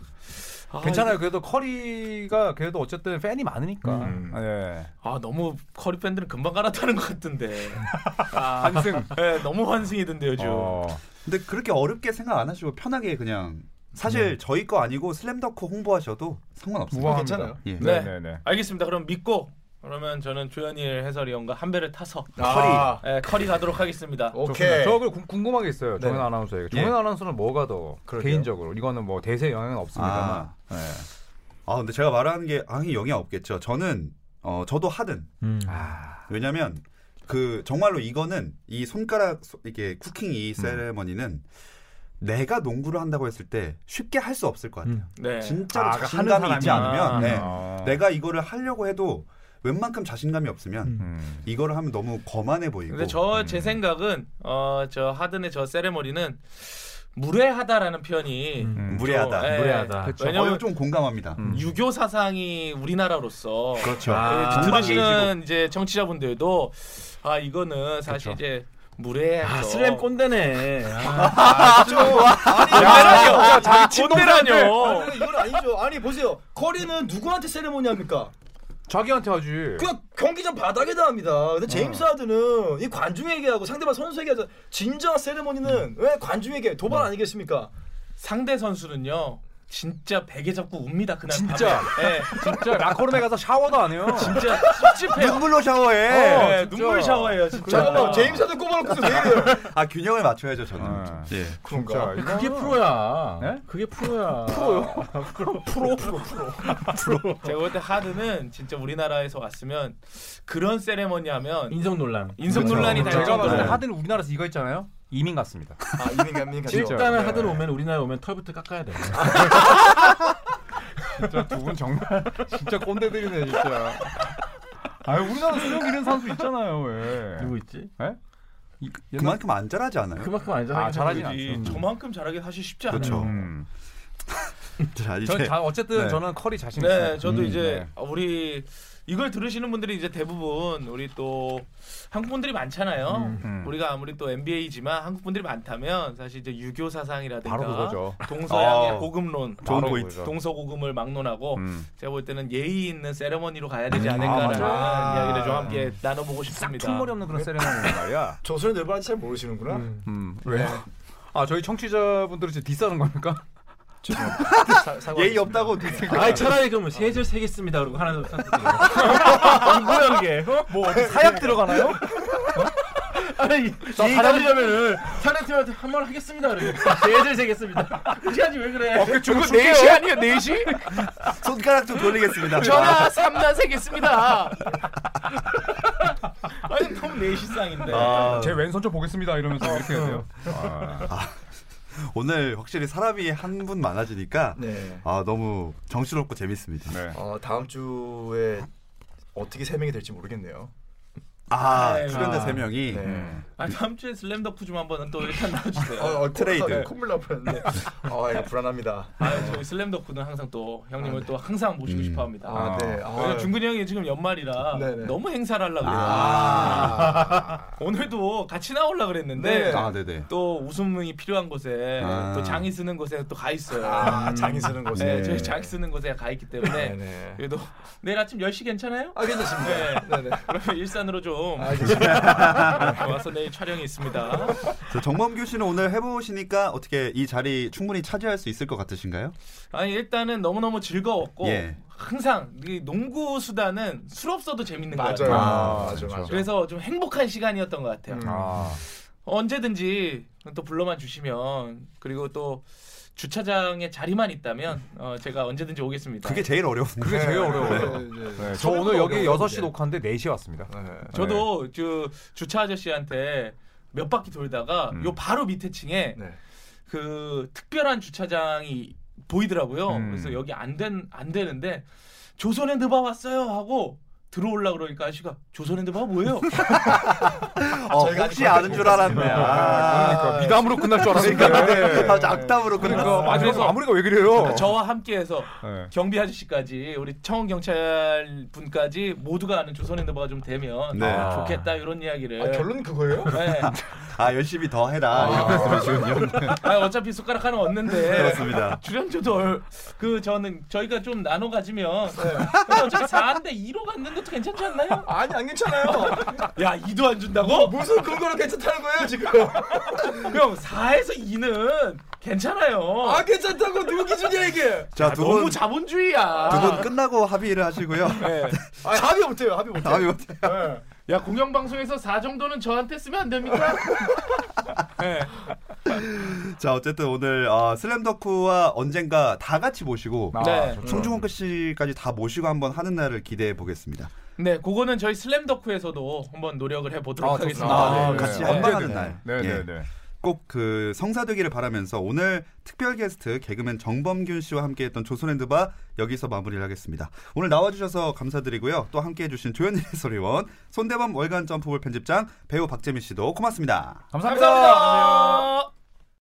Speaker 4: 아,
Speaker 2: 괜찮아요. 그래도 커리가 그래도 어쨌든 팬이 많으니까.
Speaker 3: 음.
Speaker 2: 네.
Speaker 4: 아 너무 커리 팬들은 금방 갈아타는 것 같던데. 아,
Speaker 2: 한승.
Speaker 4: 예, 너무 환승이던데 요즘.
Speaker 2: 어.
Speaker 1: 근데 그렇게 어렵게 생각 안 하시고 편하게 그냥 사실 저희 거 아니고 슬램덩크 홍보하셔도 상관없습니다.
Speaker 2: 우와.
Speaker 3: 괜찮아요.
Speaker 1: 예.
Speaker 4: 네.
Speaker 2: 네네네.
Speaker 4: 알겠습니다. 그럼 믿고 그러면 저는 조현일 해설위원과 한 배를 타서
Speaker 3: 아,
Speaker 4: 예, 커리 가도록 하겠습니다.
Speaker 1: 어,
Speaker 3: 오케이.
Speaker 2: 좋습니다. 네, 저 그리고 궁- 궁금한 게 있어요. 정현
Speaker 3: 네.
Speaker 2: 아나운서에게. 정현 아나운서는 뭐가 더
Speaker 3: 그러게요.
Speaker 2: 개인적으로 이거는 뭐 대세 영향은 없습니다만.
Speaker 1: 아.
Speaker 2: 네.
Speaker 1: 아 근데 제가 말하는 게 아니 영향 없겠죠. 저는 어 저도 하든
Speaker 5: 음.
Speaker 2: 아.
Speaker 1: 왜냐면 그 정말로 이거는 이 손가락 소- 이게 쿠킹
Speaker 2: 음.
Speaker 1: 이 세레머니는 내가 농구를 한다고 했을 때 쉽게 할 수 없을 것 같아요.
Speaker 5: 음.
Speaker 4: 네.
Speaker 1: 진짜로
Speaker 2: 아, 그러니까
Speaker 1: 자신감이
Speaker 2: 하는
Speaker 1: 있지
Speaker 2: 사람이.
Speaker 1: 않으면 네.
Speaker 2: 아.
Speaker 1: 내가 이거를 하려고 해도 웬만큼 자신감이 없으면
Speaker 5: 음.
Speaker 2: 음.
Speaker 1: 이거를 하면 너무 거만해 보이고
Speaker 4: 근데 저 제
Speaker 2: 음.
Speaker 4: 생각은 어, 저 하든의 저 세레머니는 무례하다라는 표현이
Speaker 5: 음.
Speaker 2: 음.
Speaker 1: 무례하다.
Speaker 4: 예,
Speaker 5: 무례하다.
Speaker 4: 그쵸.
Speaker 1: 왜냐면
Speaker 4: 왜냐면
Speaker 1: 좀 공감합니다.
Speaker 2: 음.
Speaker 4: 유교 사상이 우리나라로서 예,
Speaker 1: 그렇죠.
Speaker 5: 아,
Speaker 4: 들으시는 이제 청취자분들도 아 이거는 사실 이제 무례해서
Speaker 5: 아 슬램 꼰대네. 아,
Speaker 2: 아,
Speaker 4: 꼰대라뇨 자기 꼰대라뇨
Speaker 3: 아니, 이건 아니죠. 아니 보세요. 커리는 누구한테 세레모니 합니까?
Speaker 2: 자기한테 하지.
Speaker 3: 그냥 경기장 바닥에다 합니다. 근데 제임스 하드는 이 관중에게 하고 상대방 선수에게 하죠. 진정한 세레모니는 왜 관중에게 도발 아니겠습니까?
Speaker 4: 상대 선수는요 진짜 베개 잡고 웁니다 그날
Speaker 2: 진짜.
Speaker 4: 밤에 예,
Speaker 2: 진짜 라커룸에 가서 샤워도 안 해요.
Speaker 4: 진짜
Speaker 1: 네.
Speaker 4: 찝찝해요
Speaker 1: 눈물로
Speaker 2: 어,
Speaker 4: 예,
Speaker 1: 샤워해.
Speaker 5: 네,
Speaker 2: 진짜.
Speaker 4: 눈물 샤워예요 진짜
Speaker 3: 잠깐만 제임스 하드 꼽아놓고서 왜 이래요?
Speaker 1: 아 균형을 맞춰야죠 저는.
Speaker 2: 아.
Speaker 1: 예.
Speaker 3: 그런가?
Speaker 2: 진짜
Speaker 5: 그게
Speaker 2: 이거는-
Speaker 5: 프로야.
Speaker 2: 네?
Speaker 5: 그게 프로야.
Speaker 2: 프로요?
Speaker 3: 프로 프로 프로.
Speaker 4: 제가 볼 때 하드는 진짜 우리나라에서 왔으면 그런 세레머니 하면
Speaker 5: 인성 논란.
Speaker 4: 인성
Speaker 1: 그렇죠.
Speaker 4: 논란이 날
Speaker 2: 제가 봤을 때
Speaker 4: 정도로
Speaker 1: 네.
Speaker 2: 하든 우리나라에서 이거 했잖아요. 이민 같습니다.
Speaker 3: 아 이민감민 같죠.
Speaker 2: 진짜.
Speaker 5: 일단은 하든 오면 우리나라 오면 털부터 깎아야 돼.
Speaker 2: 진짜 두 분 정말 진짜 꼰대들이네 진짜. 아유 우리나라 수영 이런 선수 있잖아요 왜?
Speaker 5: 누구 있지?
Speaker 2: 예? 이- 옛날-
Speaker 1: 그만큼 안 잘하지 않아요?
Speaker 5: 그만큼 안
Speaker 2: 아, 잘하진
Speaker 5: 생각해.
Speaker 4: 그지.
Speaker 2: 않죠.
Speaker 4: 저만큼 잘하기 사실 쉽지 않아요.
Speaker 1: 그렇죠.
Speaker 2: 음.
Speaker 1: 자 이제
Speaker 2: 전 자, 어쨌든
Speaker 1: 네.
Speaker 2: 저는 커리 자신 있어요.
Speaker 4: 네, 저도
Speaker 2: 음,
Speaker 4: 이제
Speaker 2: 네.
Speaker 4: 우리 이걸 들으시는 분들이 이제 대부분 우리 또 한국 분들이 많잖아요.
Speaker 2: 음.
Speaker 4: 우리가 아무리 또 NBA지만 한국 분들이 많다면 사실 이제 유교 사상이라든가
Speaker 2: 바로 그거죠. 어.
Speaker 4: 동서양의
Speaker 1: 아,
Speaker 4: 고금론,
Speaker 1: 좋은
Speaker 2: 그러니까 바로
Speaker 1: 포인트.
Speaker 2: 그거죠.
Speaker 4: 동서고금을 막론하고
Speaker 2: 그렇죠. 음.
Speaker 4: 제가 볼 때는 예의 있는 세레머니로 가야
Speaker 2: 음,
Speaker 4: 되지 않을까라는
Speaker 2: 아, 맞아요.
Speaker 4: 이야기를 좀 함께 나눠보고 싶습니다.
Speaker 2: 풍머리 없는 그런 세레머니 말이야.
Speaker 3: 조선의 늘바지 잘 모르시는구나.
Speaker 2: 음. 왜? 아 저희 청취자분들을 지금 디스하는 겁니까?
Speaker 3: 죄송합니다. 사- 사과하겠습니다.
Speaker 1: 예의 없다고 네 생각.
Speaker 5: 아 차라리 그러면 세 줄 세 개 씁니다. 그러고 하나 더 깎아.
Speaker 4: 뭐야 이게?
Speaker 2: 뭐 어디 사약 들어가나요?
Speaker 5: 아니 이다리려면은 상대팀한테 한 번 하겠습니다. 그러고 세 줄 세 개 씁니다. 무시하지 왜 그래?
Speaker 2: 어, 그거 4시 아니에요 4시?
Speaker 1: 손가락 좀 돌리겠습니다.
Speaker 4: 전화 삼나 세겠습니다. 아니 너무 네 내시상인데.
Speaker 1: 아,
Speaker 2: 제 왼손 좀 보겠습니다 이러면서 이렇게 해야 돼요. 아,
Speaker 1: 오늘 확실히 사람이 한 분 많아지니까
Speaker 3: 네.
Speaker 1: 아 너무 정신없고 재밌습니다.
Speaker 2: 네.
Speaker 3: 어 다음 주에 어떻게 세 명이 될지 모르겠네요.
Speaker 1: 아
Speaker 4: 아유.
Speaker 1: 출연자 세 명이
Speaker 3: 네.
Speaker 4: 아 다음 주에 슬램덕후 좀 한번 또 일단
Speaker 3: 어,
Speaker 4: 나와주세요.
Speaker 3: 어,
Speaker 1: 트레이드.
Speaker 3: 콧물 나- 콧물 나버렸네. 아 이거 불안합니다.
Speaker 4: 아 저희 슬램덕후는 항상 또
Speaker 2: 아, 네.
Speaker 4: 형님을 또 항상 모시고
Speaker 1: 음.
Speaker 4: 싶어합니다.
Speaker 3: 아, 네.
Speaker 4: 왜냐면
Speaker 3: 아,
Speaker 4: 중근이 형이 지금 연말이라
Speaker 3: 네네.
Speaker 4: 너무 행사를 하려고 그래요.
Speaker 3: 아.
Speaker 4: 오늘도 같이 나오려 그랬는데
Speaker 3: 네.
Speaker 1: 아 네네.
Speaker 4: 또 웃음이 필요한 곳에
Speaker 1: 아.
Speaker 4: 또 장이 쓰는 곳에 또 가 있어요.
Speaker 3: 아, 장이 쓰는 곳에.
Speaker 4: 네, 저희 장이 쓰는 곳에 가 있기 때문에
Speaker 3: 아, 네네.
Speaker 4: 그래도 내일 아침 10시 괜찮아요?
Speaker 3: 아 괜찮습니다.
Speaker 4: 네.
Speaker 3: 네네. 아,
Speaker 4: 그러면 일산으로 좀 네, 와서 내일 촬영이 있습니다.
Speaker 1: 자, 정범규 씨는 오늘 해보시니까 어떻게 이 자리 충분히 차지할 수 있을 것 같으신가요?
Speaker 4: 아니 일단은 너무너무 즐거웠고
Speaker 1: 예.
Speaker 4: 항상 이 농구 수단은 술 없어도 재밌는 것
Speaker 3: 맞아요.
Speaker 4: 네. 같아요.
Speaker 2: 아,
Speaker 3: 맞아, 맞아.
Speaker 4: 그래서 좀 행복한 시간이었던 것 같아요. 어,
Speaker 3: 음.
Speaker 2: 아,
Speaker 4: 언제든지 또 불러만 주시면 그리고 또 주차장에 자리만 있다면 어, 제가 언제든지 오겠습니다.
Speaker 1: 그게 제일 어려운 거.
Speaker 2: 그게 제일 어려워요. 네,
Speaker 3: 네.
Speaker 2: 저 오늘 여기 6시 녹화인데 4시 왔습니다.
Speaker 3: 네.
Speaker 4: 저도 저 주차 아저씨한테 몇 바퀴 돌다가
Speaker 2: 음.
Speaker 4: 요 바로 밑에 층에
Speaker 3: 네.
Speaker 4: 그 특별한 주차장이 보이더라고요.
Speaker 2: 음.
Speaker 4: 그래서 여기 안 된 안 되는데 조선의 느바 왔어요 하고 들어올라 그러니까 아저씨가 조선의 느바 뭐예요? 그러니까
Speaker 1: 어,
Speaker 3: 저희가
Speaker 1: 혹시
Speaker 3: 아직
Speaker 1: 아는 줄 알았네.
Speaker 2: 그러니까
Speaker 1: 아,
Speaker 2: 미담으로 끝날 줄 알았는데.
Speaker 1: 아, 악담으로
Speaker 2: 네. 그러니까
Speaker 1: 그러니까
Speaker 2: 마지막에 마무리가 왜 그래요?
Speaker 4: 저와 함께해서
Speaker 2: 네.
Speaker 4: 경비 아저씨까지 우리 청원 경찰 분까지 모두가 아는 조선의 느바가 좀 되면
Speaker 1: 네.
Speaker 4: 아, 좋겠다 이런 이야기를.
Speaker 3: 아, 결론은 그거예요?
Speaker 4: 네.
Speaker 1: 아 열심히 더 해라. 이런 식은요.
Speaker 4: 아, 어차피 숟가락 하나 얻는데
Speaker 1: 그렇습니다.
Speaker 4: 출연료도 얼- 그 저는 저희가 좀 나눠 가지면 근데 어차피 4인데 2로 갖는 것도 괜찮지 않나요?
Speaker 3: 아니 안 괜찮아요.
Speaker 4: 야 2도 안 준다고?
Speaker 3: 무슨 근거로 괜찮다는 거예요 지금?
Speaker 4: 뭐, 형 4에서 2는 괜찮아요.
Speaker 3: 아 괜찮다고 누구 기준이야 이게?
Speaker 1: 자,
Speaker 4: 야,
Speaker 1: 두
Speaker 4: 너무
Speaker 1: 분-
Speaker 4: 자본주의야.
Speaker 1: 두 분 끝나고 합의를 하시고요.
Speaker 4: 네.
Speaker 3: 아 합의 못해요 합의 못해.
Speaker 1: 다음이 어때요?
Speaker 4: 야 공영 방송에서 4 정도는 저한테 쓰면 안 됩니까? 네.
Speaker 1: 자 어쨌든 오늘 아, 슬램덕후와 언젠가 다 같이 모시고
Speaker 2: 아,
Speaker 4: 네.
Speaker 2: 좋죠.
Speaker 1: 송중원 씨까지 다 모시고 한번 하는 날을 기대해 보겠습니다.
Speaker 4: 네, 그거는 저희 슬램덕후에서도 한번 노력을 해 보도록
Speaker 2: 아,
Speaker 4: 하겠습니다.
Speaker 2: 좋습니다. 아,
Speaker 1: 네. 같이 한방하는 날.
Speaker 2: 네,
Speaker 1: 예.
Speaker 2: 네, 네.
Speaker 1: 꼭 그 성사되기를 바라면서 오늘 특별 게스트 개그맨 정범균 씨와 함께했던 조선핸드바 여기서 마무리를 하겠습니다. 오늘 나와주셔서 감사드리고요. 또 함께해주신 조현일 소리원, 손대범 월간 점프볼 편집장 배우 박재민 씨도 고맙습니다.
Speaker 2: 감사합니다.
Speaker 4: 감사합니다.